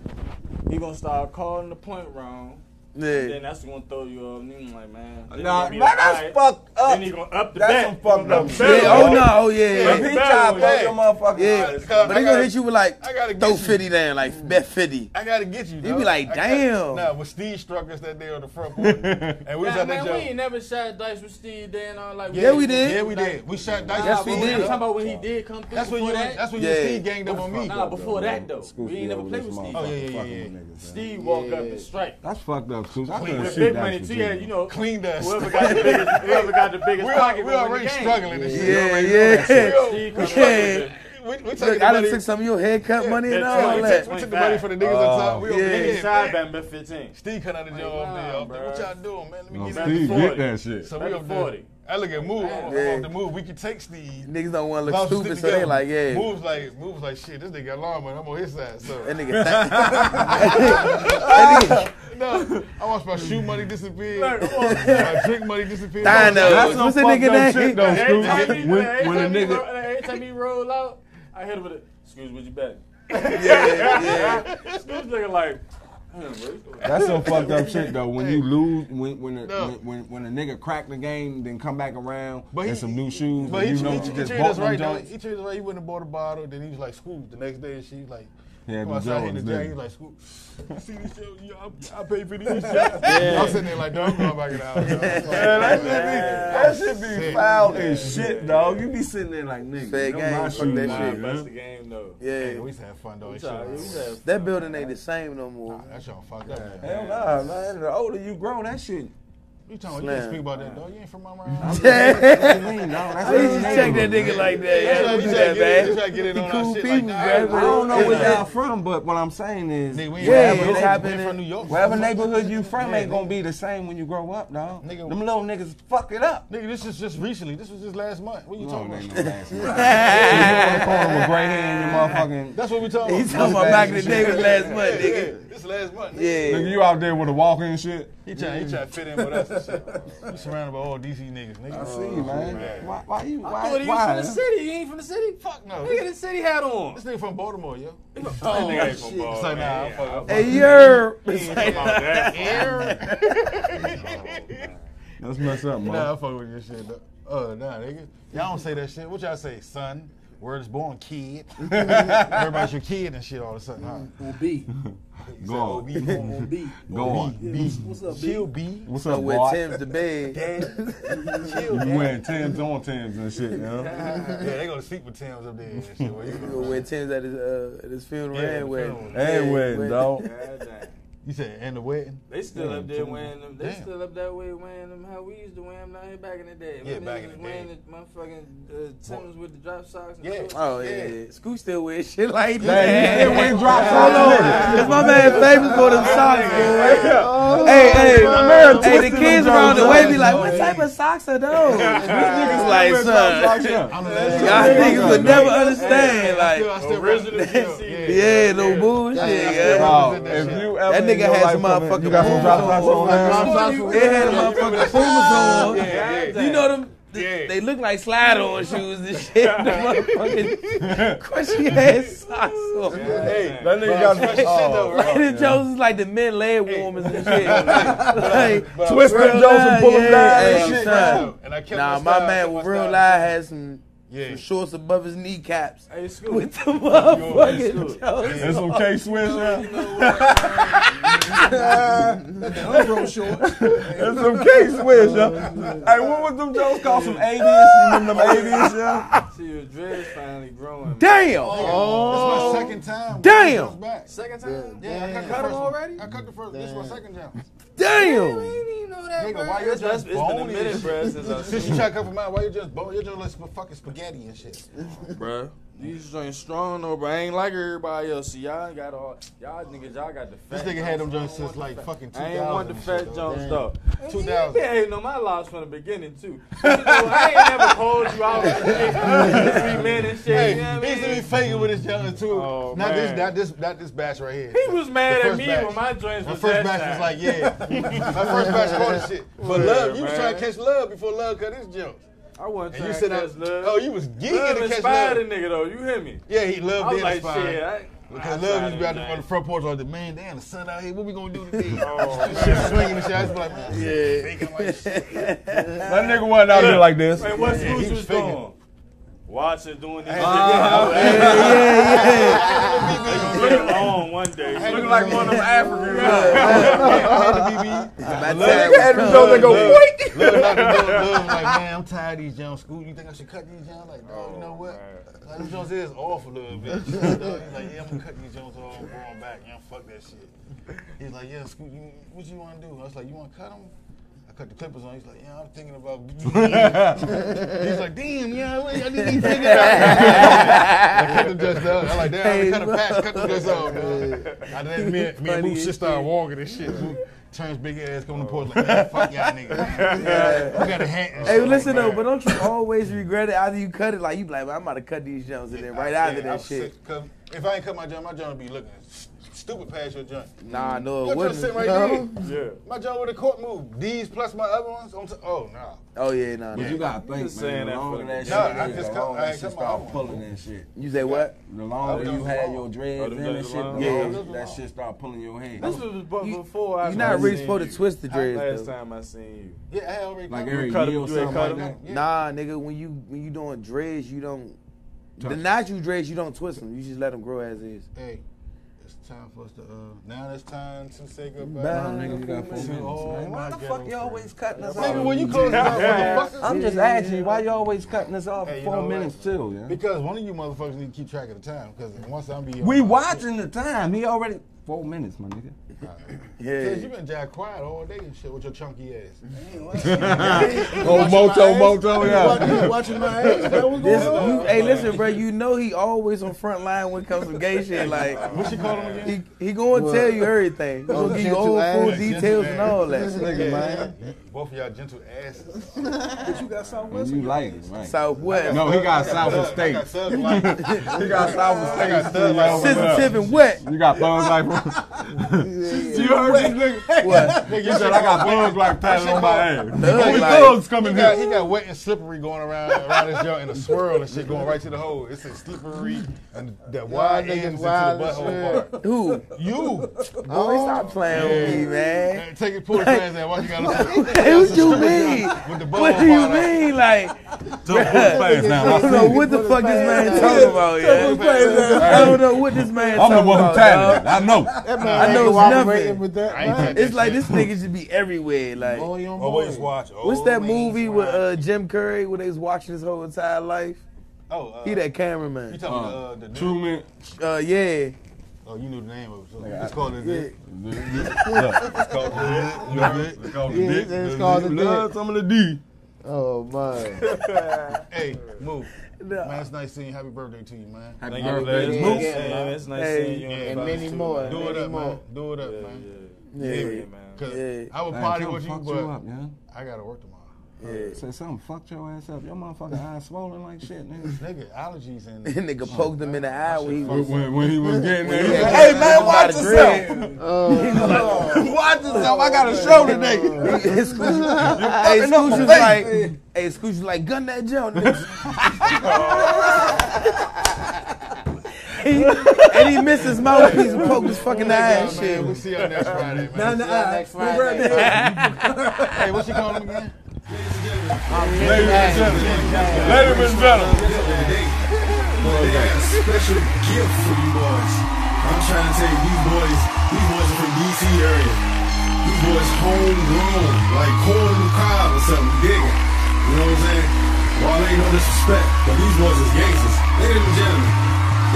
G: he gonna start calling the point wrong. And
D: Yeah.
G: then that's gonna throw you off. And you like, man. then
H: Nah,
G: you gonna be
H: man,
G: like,
H: that's
G: alright.
H: fucked up.
G: Then he gonna up the
H: That's
G: bet.
H: some fucked up shit.
D: Yeah, oh no, oh yeah,
H: If
D: yeah.
H: he try to throw your motherfucking
D: Yeah.
H: eyes,
D: But they gonna hit you with like
C: I gotta get
D: throw
C: you.
D: fifty down, like bet fifty.
C: I gotta get you. He
D: be like, "Damn."
C: Nah, but Steve struck us that day on the front court, and we was
G: Nah,
C: out there.
G: man, we ain't
C: Joe.
G: never shot dice with Steve Dan on like
D: Yeah, we did.
C: Yeah, we did. We shot dice.
D: Yes, we
C: before
D: did.
G: I'm talking about when he did come through.
C: That's when you.
G: before that.
C: That's when you
D: Yeah.
C: and Steve ganged up on me.
G: Nah, before that though,
H: Scoops
G: we
H: be
G: ain't never
H: over
G: played
H: this
G: with Steve.
H: motherfucker
C: Oh, yeah, yeah,
H: fucking
C: yeah, yeah.
H: with niggas, man.
G: Steve walked up and strike.
B: That's fucked up, Scoops. I couldn't
G: With
B: see
G: big
B: that.
G: money too, yeah, you know,
C: Cleaned us.
G: whoever got the biggest, whoever got the biggest
C: We are,
G: pocket
C: we
G: will win
C: already
G: the game.
C: struggling this shit.
D: Yeah, yeah.
G: Steve come up
D: Yeah.
G: with it.
C: We, we
D: Look,
C: taking
D: I
C: the
D: done
C: money.
D: took some of your haircut money and
G: yeah,
D: all
G: yeah,
D: that. Oh,
C: We took the money for the niggas on top. We over
D: Yeah.
C: here.
G: Inside Bamba 15.
C: Steve cut out of jail off there.
G: Oh, nah,
C: off there. What
G: bruh.
C: y'all doing, man? Let me
B: No,
C: get out
B: Steve
C: the 40.
B: did that shit.
C: So
G: Back
C: we
G: to
C: up
G: 40.
C: there. I look at move. I'm
D: Yeah.
C: off the move. We can take Steve.
D: Niggas don't want to look
C: Lost it
D: stupid, so
C: together.
D: they like, yeah.
C: Moves like, moves like, shit. This nigga got long, man. I'm on his side.
D: That
C: So
D: nigga, thank-
C: no, I watched my shoe money disappear.
G: Look, come on.
C: my drink money disappear.
D: Dino.
B: That's some
D: What's that
B: fucked
D: nigga
B: up
D: name?
B: shit, though,
G: Every
B: Scoops.
G: time he,
B: When,
G: every
B: when a
G: time he
B: nigga,
G: roll- every time he roll out, I hit him with a, excuse me, what you bet?
D: yeah, yeah.
G: This nigga like, "Damn, bro."
B: That's some fucked up shit though. When you lose, when when a,
C: No.
B: when, when when a nigga crack the game, then come back around
C: But
B: in
C: he-
B: some new shoes.
C: But
B: and
C: he,
B: you know
C: he,
B: you
C: he
B: just
C: treated
B: bought
C: us
B: them
C: right though.
B: joints.
C: He treated us right. He went and bought a bottle. Then he was like, "Scoop." The next day, and she was like,
B: Yeah,
C: "Come
B: the
C: outside here in the
B: Jordans,
C: jail." He
B: nigga.
C: was like, "Scoop." You see this shit? Yeah, I, I pay for these. yeah. I'm sitting there like, "Don't go back in the house."
H: That
C: Yeah,
H: shit be, that shit be
C: Sick.
H: foul as shit, dog. You be sitting there like nigga.
D: Fair
H: them
D: game,
H: my
D: fuck
H: shoes,
D: that
H: man.
D: shit.
G: Nah, That's the game though.
D: yeah.
C: we used to have fun though. and shit.
G: Sorry, we had-
D: That building ain't the same no more.
C: That y'all fucked up. man.
H: Hell nah, man. The older you grow, that shit.
C: You talking? You can't
D: Slam.
C: speak about that, dog. You ain't from around.
D: Yeah.
B: I mean, dog, that's
D: I used to
B: what I'm
D: check that
B: saying.
D: nigga like that. Yeah,
C: trying
D: don't
C: to
D: do
C: get
D: that,
C: in- he
D: man.
C: trying to get in
D: He
C: on
D: cool
C: our shit
D: people,
C: like,
D: bro.
C: nah,
B: I don't know where
D: Yeah.
B: y'all from, but what I'm saying is,
C: Nigga, we ain't
D: Yeah,
C: from
D: it's
C: Brooklyn. We ain't
D: happening.
C: from New York.
B: whatever neighborhood you from ain't gonna be the same when you grow up, dog.
C: Nigga-
B: Them little niggas fuck it up.
C: Nigga, this is just recently. This was just last month. What you
B: No,
C: talking
B: they ain't
C: about?
B: no ass. niggas. You walk home with gray hair and your motherfucking.
C: That's what we talking
D: He's
C: about.
D: talking about back in the day was last month, nigga.
C: This last month. nigga.
D: Yeah.
B: Nigga, you out there with a walker and shit.
C: He trying, he trying to fit in with us and shit. We surrounded by all DC niggas, nigga.
B: I see, man. Why, why you? Why?
G: I thought he was
B: why?
G: from the city. He ain't from the city. Fuck
C: no.
G: Nigga, the city hat on.
C: This nigga from Baltimore, yo.
G: Oh, nigga ain't from
C: It's like,
G: Baltimore.
C: nah, I'm fucking.
D: Hey, you're.
B: Let's mess up, man.
C: Nah, I'm fucking with this shit, though. Oh, nah, nigga. Y'all don't say that shit. What y'all say, son? Word is born, kid. Everybody's your kid and shit all of a sudden, huh?
I: On B.
B: Go on.
I: On B.
B: Go on.
I: Yeah, what's, what's up, B?
C: Chill, B.
B: What's
D: So
B: up,
D: with
B: boy?
D: Tim's the bed.
B: You wearing Tim's on Tim's and shit, you know?
C: Yeah, they go to sleep with Tim's up there and shit. Well, you,
D: You
C: know.
D: with Tim's at his uh at his funeral
C: Yeah,
D: and
C: the
D: wedding.
C: funeral.
B: Hey, wedding,
D: wedding.
B: dog.
G: God damn.
C: you said, and the wedding?
G: They still up there
C: Timothy.
G: wearing them. They
C: Damn.
G: still up that way wearing them how we used to wear them down here back in the day.
C: Yeah,
G: Them
C: back in
G: niggas
C: the
G: wearing
C: day.
G: the motherfucking uh, Timbs with the drop socks. And
C: Yeah.
G: shorts.
D: Oh yeah, yeah. Scoot still wear shit
B: Man,
D: like
B: you
D: that.
B: still wearing drop
D: Hold on,
B: socks,
D: it's my man famous for them socks, boy. Hey, hey, hey, the kids around the way be like, what type of socks are those? These niggas like, son,
C: I'm the
D: y'all
C: last
D: niggas would never understand,
C: I still,
D: like,
C: I still
G: Original
C: represent
G: DC.
C: Chill.
D: yeah, no bullshit, yeah.
B: Dog, if you ever
D: That
B: in
D: nigga
B: your
D: had
B: life
D: some
B: come in,
D: motherfucking
B: You got some
D: boobs
B: drop socks
D: on.
B: on now?
C: I'm sorry.
D: It had motherfucking Pumas on.
G: God
D: You
G: damn.
D: know them. th- they look like slide on shoes and shit. The motherfucking crunchy ass socks on.
B: Hey, that nigga got fresh shit though,
E: Oh,
B: right?
D: Brandon Jones is like the men leg warmers and shit. like,
B: but- Twisted
D: Real
B: Jones and
D: Live,
B: Bullet Live
D: hey,
B: and shit,
D: son.
C: And I kept
D: Nah,
C: my
D: my
C: style,
D: man
C: kept my
D: with real
C: style.
D: live has some,
C: Yeah.
D: some shorts above his kneecaps
G: Hey, school.
D: with the motherfucking Jones.
B: That's some K Swiss, man.
F: Umbro shorts.
B: That's some K Swiss, yeah. Hey, what was them Jones called? Some 80s? You remember them 80s, yeah?
G: See your dreads finally growing. man.
D: Damn!
B: Oh.
C: That's my second time.
D: Damn.
C: It's back.
G: Second time?
C: Yeah, I cut, the
G: Cut
C: first
G: them
C: one.
G: already?
C: I cut the first. This is my second time.
D: Damn!
G: You know that,
C: Nigga,
G: bro.
C: why your
G: It's
C: dress
G: been a
C: bony
G: minute,
C: as
G: bro, since I
C: Since
G: seen
C: you try to cover mine, why you just bone? You're just like sp- fucking spaghetti and shit.
G: Bruh, These joints strong though, bro. I ain't like everybody else. See, y'all got all y'all niggas. Y'all got the
C: This
G: fat.
C: nigga had them
G: joints.
C: joints since like fucking 2000.
G: I ain't want the
C: and
G: fat
C: shit,
G: joints
C: Damn.
G: though.
C: 2000.
G: Yeah, you know my lies from the beginning too. You know, I ain't never told you I was a free man and shit. you know
C: Hey,
G: what
C: he
G: I
C: used to be
G: mean?
C: faking with his youngest too.
G: Oh,
C: not this,
G: man.
C: not this, not this batch right here.
G: He was mad
C: The
G: at
C: first
G: me
C: batch.
G: when my joints
C: My
G: was
C: first
G: that
C: batch was
G: size.
C: like, yeah. My first batch caught the shit. But love, you was
G: man.
C: trying to catch love before love cut his jumps.
G: I wasn't
C: And
G: trying
C: you
G: to
C: said, I,
G: catch love.
C: oh, you was
G: love
C: geeking to catch
G: inspired a
C: love.
G: nigga though. You hear me?
C: Yeah, he
G: I
C: loved
G: was
C: being
G: like, shit.
C: inspired.
G: I,
C: Because
G: I
C: love used to be out
G: tried
C: there on the
G: everything.
C: front porch like, man, damn, the sun out here. What we gonna do today?
G: Oh, man.
C: shit swinging and shit. I used to be like, man, yeah. faking like shit.
B: That nigga wasn't out there like this.
G: Man, what
C: he
G: schools
C: was
G: was
C: faking.
G: doing? Watching, doing these shit. Look on one day. Look like one of them Africans.
D: About
B: That
D: time
B: nigga had
D: we
B: them
D: come.
B: Jones that go, wait!
C: Love knocked the door. Love was like, man, I'm tired of these Jones school. You think I should cut these Jones? Like, no, you know what? Like, them Jones is off a little bit. He's like, yeah, I'm gonna cut these Jones off, going back. Yeah, fuck that shit. He's like, yeah, school, you, what you wanna do? I was like, you wanna cut them? I cut the clippers on. He's like, yeah, I'm thinking about. He's like, damn, yeah, I didn't even figure it out. I cut the dress down. I'm like, damn, I already cut a patch, cut the dress off. dog. I didn't, me, and- me and Moose just started walking and shit. Moose turns big ass, come to the porch like, man, fuck y'all niggas. We got a hat and
D: Hey,
C: shit.
D: listen
C: like,
D: though, but don't you always regret it after you cut it? Like you be like, "Man, I'm about to cut these Jones in there right after that shit.
C: Cause if I ain't cut my joint, my joint would be looking s- stupid past your joint.
D: Nah, no,
C: Your
D: it
C: joint sitting
D: wasn't.
C: right
G: Yeah.
C: there. My joint with a court move. These plus my other ones. On t- oh, no.
D: Oh yeah, nah. nah.
H: But you gotta think, man.
G: Just saying
H: the
G: that for
H: longer
G: the-
H: that shit,
C: Nah, I
H: is,
C: just
H: the
C: come-
H: longer
C: I
H: that
C: ain't
H: shit
C: come out
H: start
C: with
H: pulling and shit.
D: You say what?
H: The longer
C: those
H: you
C: are
H: had
C: long.
H: your
G: Oh,
H: dreads
G: them
H: in and
G: those
H: shit,
G: are
H: the
G: long.
C: Yeah.
H: longer
C: Those are
H: that
C: long.
H: shit start pulling your head.
G: This was bu- before I.
D: You not
G: seen
D: really supposed
G: you.
D: to twist the dreads.
G: Last
D: Though.
G: time I seen you.
C: Yeah, I had already
H: Like
C: cut
H: every
G: cut 'em,
H: year or
G: you
H: something
G: ain't cut
H: like
G: 'em?
H: that.
D: Nah, nigga, when you when you doing dreads, you don't. The natural dreads, you don't twist them. You just let them grow as is.
C: Hey, it's time for us to. Uh, now it's time to say
D: Bye.
C: goodbye. Oh,
H: Nigga, you got four
C: To
H: minutes.
C: all
H: man.
C: my
H: Why the fuck
C: ghetto
H: you always cutting us
C: Nigga,
H: off?
C: when you close it out, motherfuckers.
H: I'm just asking you, why you always cutting us off
C: Hey, you know
H: four
C: what?
H: minutes too? yeah?
C: Because one of you motherfuckers need to keep track of the time. Because once I'm be on
H: We
C: my
H: watching the time. He already four minutes, my nigga.
C: shit,
D: Yeah.
C: you been jack quiet all day and shit with your chunky ass.
H: Mm-hmm.
B: Oh, Moto, Moto, yeah.
C: watching my ass. That was
D: This, you, hey, listen, bro. You know he always on front line when it comes to gay shit. Like,
C: What she called him again?
D: he, he gonna tell you everything. He gonna give you all full details and all that.
C: Nigga, man. Both of y'all gentle asses.
F: You got something
H: And you like it, right?
D: Southwest.
B: No, he got South
C: I
B: State.
C: got thugs like. I
B: He got South State.
C: got thugs like.
D: Sensitive and wet.
B: You got bugs like You heard this nigga?
D: What?
B: He said, I got bugs like patting on my ass. Only
D: like-
B: thugs
C: He
B: coming
C: got,
B: here.
C: he got wet and slippery going around around his joint in a swirl and shit going right to the hole. It's a slippery and that wide
E: niggas
C: ends into the
E: wild as
C: butthole part.
D: Who?
C: You
D: Boy, stop playing with me, man.
C: Man, take it, pull his pants out. Why you gotta
D: Hey, what you mean?
C: with the
D: What
C: butthole
D: do you
C: part out.
D: mean? Like,
B: Don't put his face down.
D: I don't know what the fuck this man talking about. Yeah, I don't know what this man
B: I'm
D: talking
B: the one who
D: about.
B: tatted
D: dog.
B: it. I know.
D: I know it's nothing.
E: with that.
C: I ain't touch that
D: It's like
C: shit.
D: this nigga should be everywhere. Like,
B: Always watch.
D: what's that movie with uh, Jim Curry where they was watching his whole entire life?
C: Oh, uh,
D: He that
C: You
D: cameraman.
C: talking about uh, the dude?
B: Two minutes.
D: Uh, yeah.
C: Oh, you knew the name of it. So it's called the
D: yeah.
B: Look, it's called the dick. You heard it? It's called the
E: Yeah,
B: dick.
E: it's called the
B: You love some of the D.
E: Oh man.
C: Hey, move. Man,
D: No.
C: it's nice seeing you. Happy birthday to you, man.
H: Happy
G: Thank you,
H: birthday.
G: man.
H: Mook.
G: Yeah, It's nice
D: Hey.
G: seeing you.
C: And
G: everybody,
E: many
G: too,
E: more.
G: man.
C: Do it
E: Many
C: up, man.
E: more.
C: Do it up,
G: Yeah,
C: man.
G: yeah.
D: Yeah.
G: Yeah, man.
C: Cause
D: Yeah.
C: I would
H: Man,
C: party
H: come
C: with you,
H: fuck
C: but
H: up, yeah.
C: I gotta work tomorrow.
J: Yeah.
F: Say something, fucked your ass up. Your motherfucking eyes swollen like shit, nigga.
C: Nigga, allergies and
D: That nigga poked him in the eye when he was.
K: When, when he was getting
D: he
K: there.
D: had-
L: Hey man,
D: Somebody
L: watch
D: dread.
L: yourself. Watch yourself. I got a show today.
D: Uh. Hey, Scooch hey, Scooch was like, hey, Scooch was like, gun that jump. and he missed his mouthpiece and poked his fucking eye and
C: shit.
D: shit.
C: We'll see y'all next Friday, man.
E: Down the eye.
L: next
E: Go grab
L: Friday.
E: that.
C: Hey, what you calling him again?
K: Ladies and gentlemen. Ladies and gentlemen.
M: They got a special gift for you boys. I'm trying to tell you, these boys, these boys are from DC area. These boys homegrown, like corn on the cob or something, digging. You know what I'm saying? Well, ain't no disrespect, but these boys is gangsters. Ladies and gentlemen,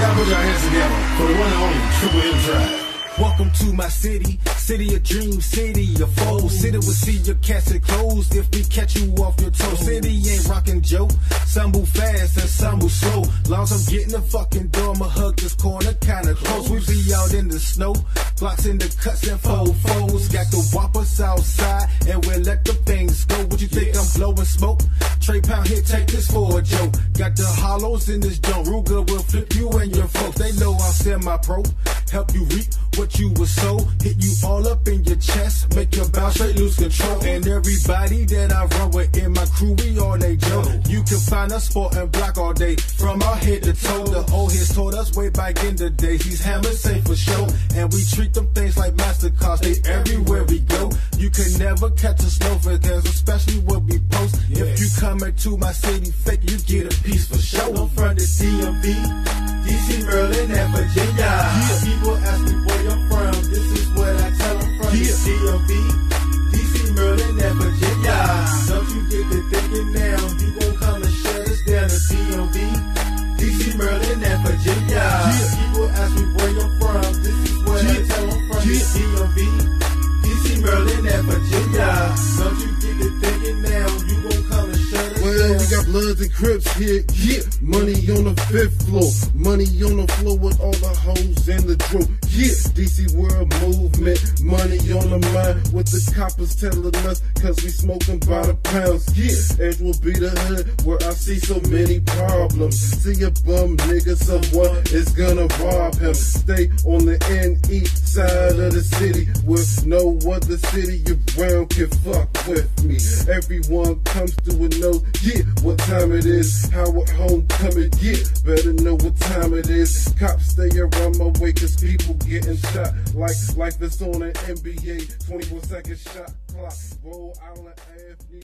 M: y'all put your hands together for the one and only Triple M Drive.
B: Welcome to my city, city of dreams, city of foes. City will see your casket closed if we catch you off your toe. City ain't rockin' joke, some move fast and some move slow. Long as I'm getting the fucking door, my hug this corner kinda close. We be out in the snow, blocks in the cuts and fold foes. Got the whoppers outside and we'll let the things go. What you think I'm blowing smoke? Trey Pound here, take this for a joke. Got the hollows in this joint, Ruger will flip you and your folks. They know I'm semi-pro, help you reap what you were sold. Hit you all up in your chest, make your bow straight lose control. And everybody that I run with in my crew, we all they Joe. You can find us for and block all day, from our head to toe. The old heads told us way back in the days, these hammers safe for show. And we treat them things like Mastercards, they everywhere we go. You can never catch us no for this, especially when we post. If you coming to my city, fake, you get a piece for show. I'm from the DMV. DC, Maryland, and Virginia. People ask me where you're from. This is what I tell them from the DMV. DC, Maryland, and Virginia. Don't you get to thinking now? You gon' come and shut us down the DMV. DC, Maryland, and Virginia. People ask me where you're from. This is what I tell them from the DMV. DC, Maryland, and Virginia. Don't you get to thinking now? You gon' come and shut us down.
N: Well, we got bloods and crips here. Yeah, money on the fifth floor. Money on the floor with all the hoes and the drill. Yeah, DC World Movement. Money on the mind with the coppers telling us, cause we smoking by the pounds. Yeah, Edge will be the hood where I see so many problems. See a bum nigga, someone is gonna rob him. Stay on the NE side of the city with no other city around can fuck with me. Everyone comes through and knows, yeah, what time it is. How at homecoming, yeah, better know what time it is. Cops stay around my way cause people getting shot. Like life is on an NBA 24 second shot clock. Roll Island Avenue.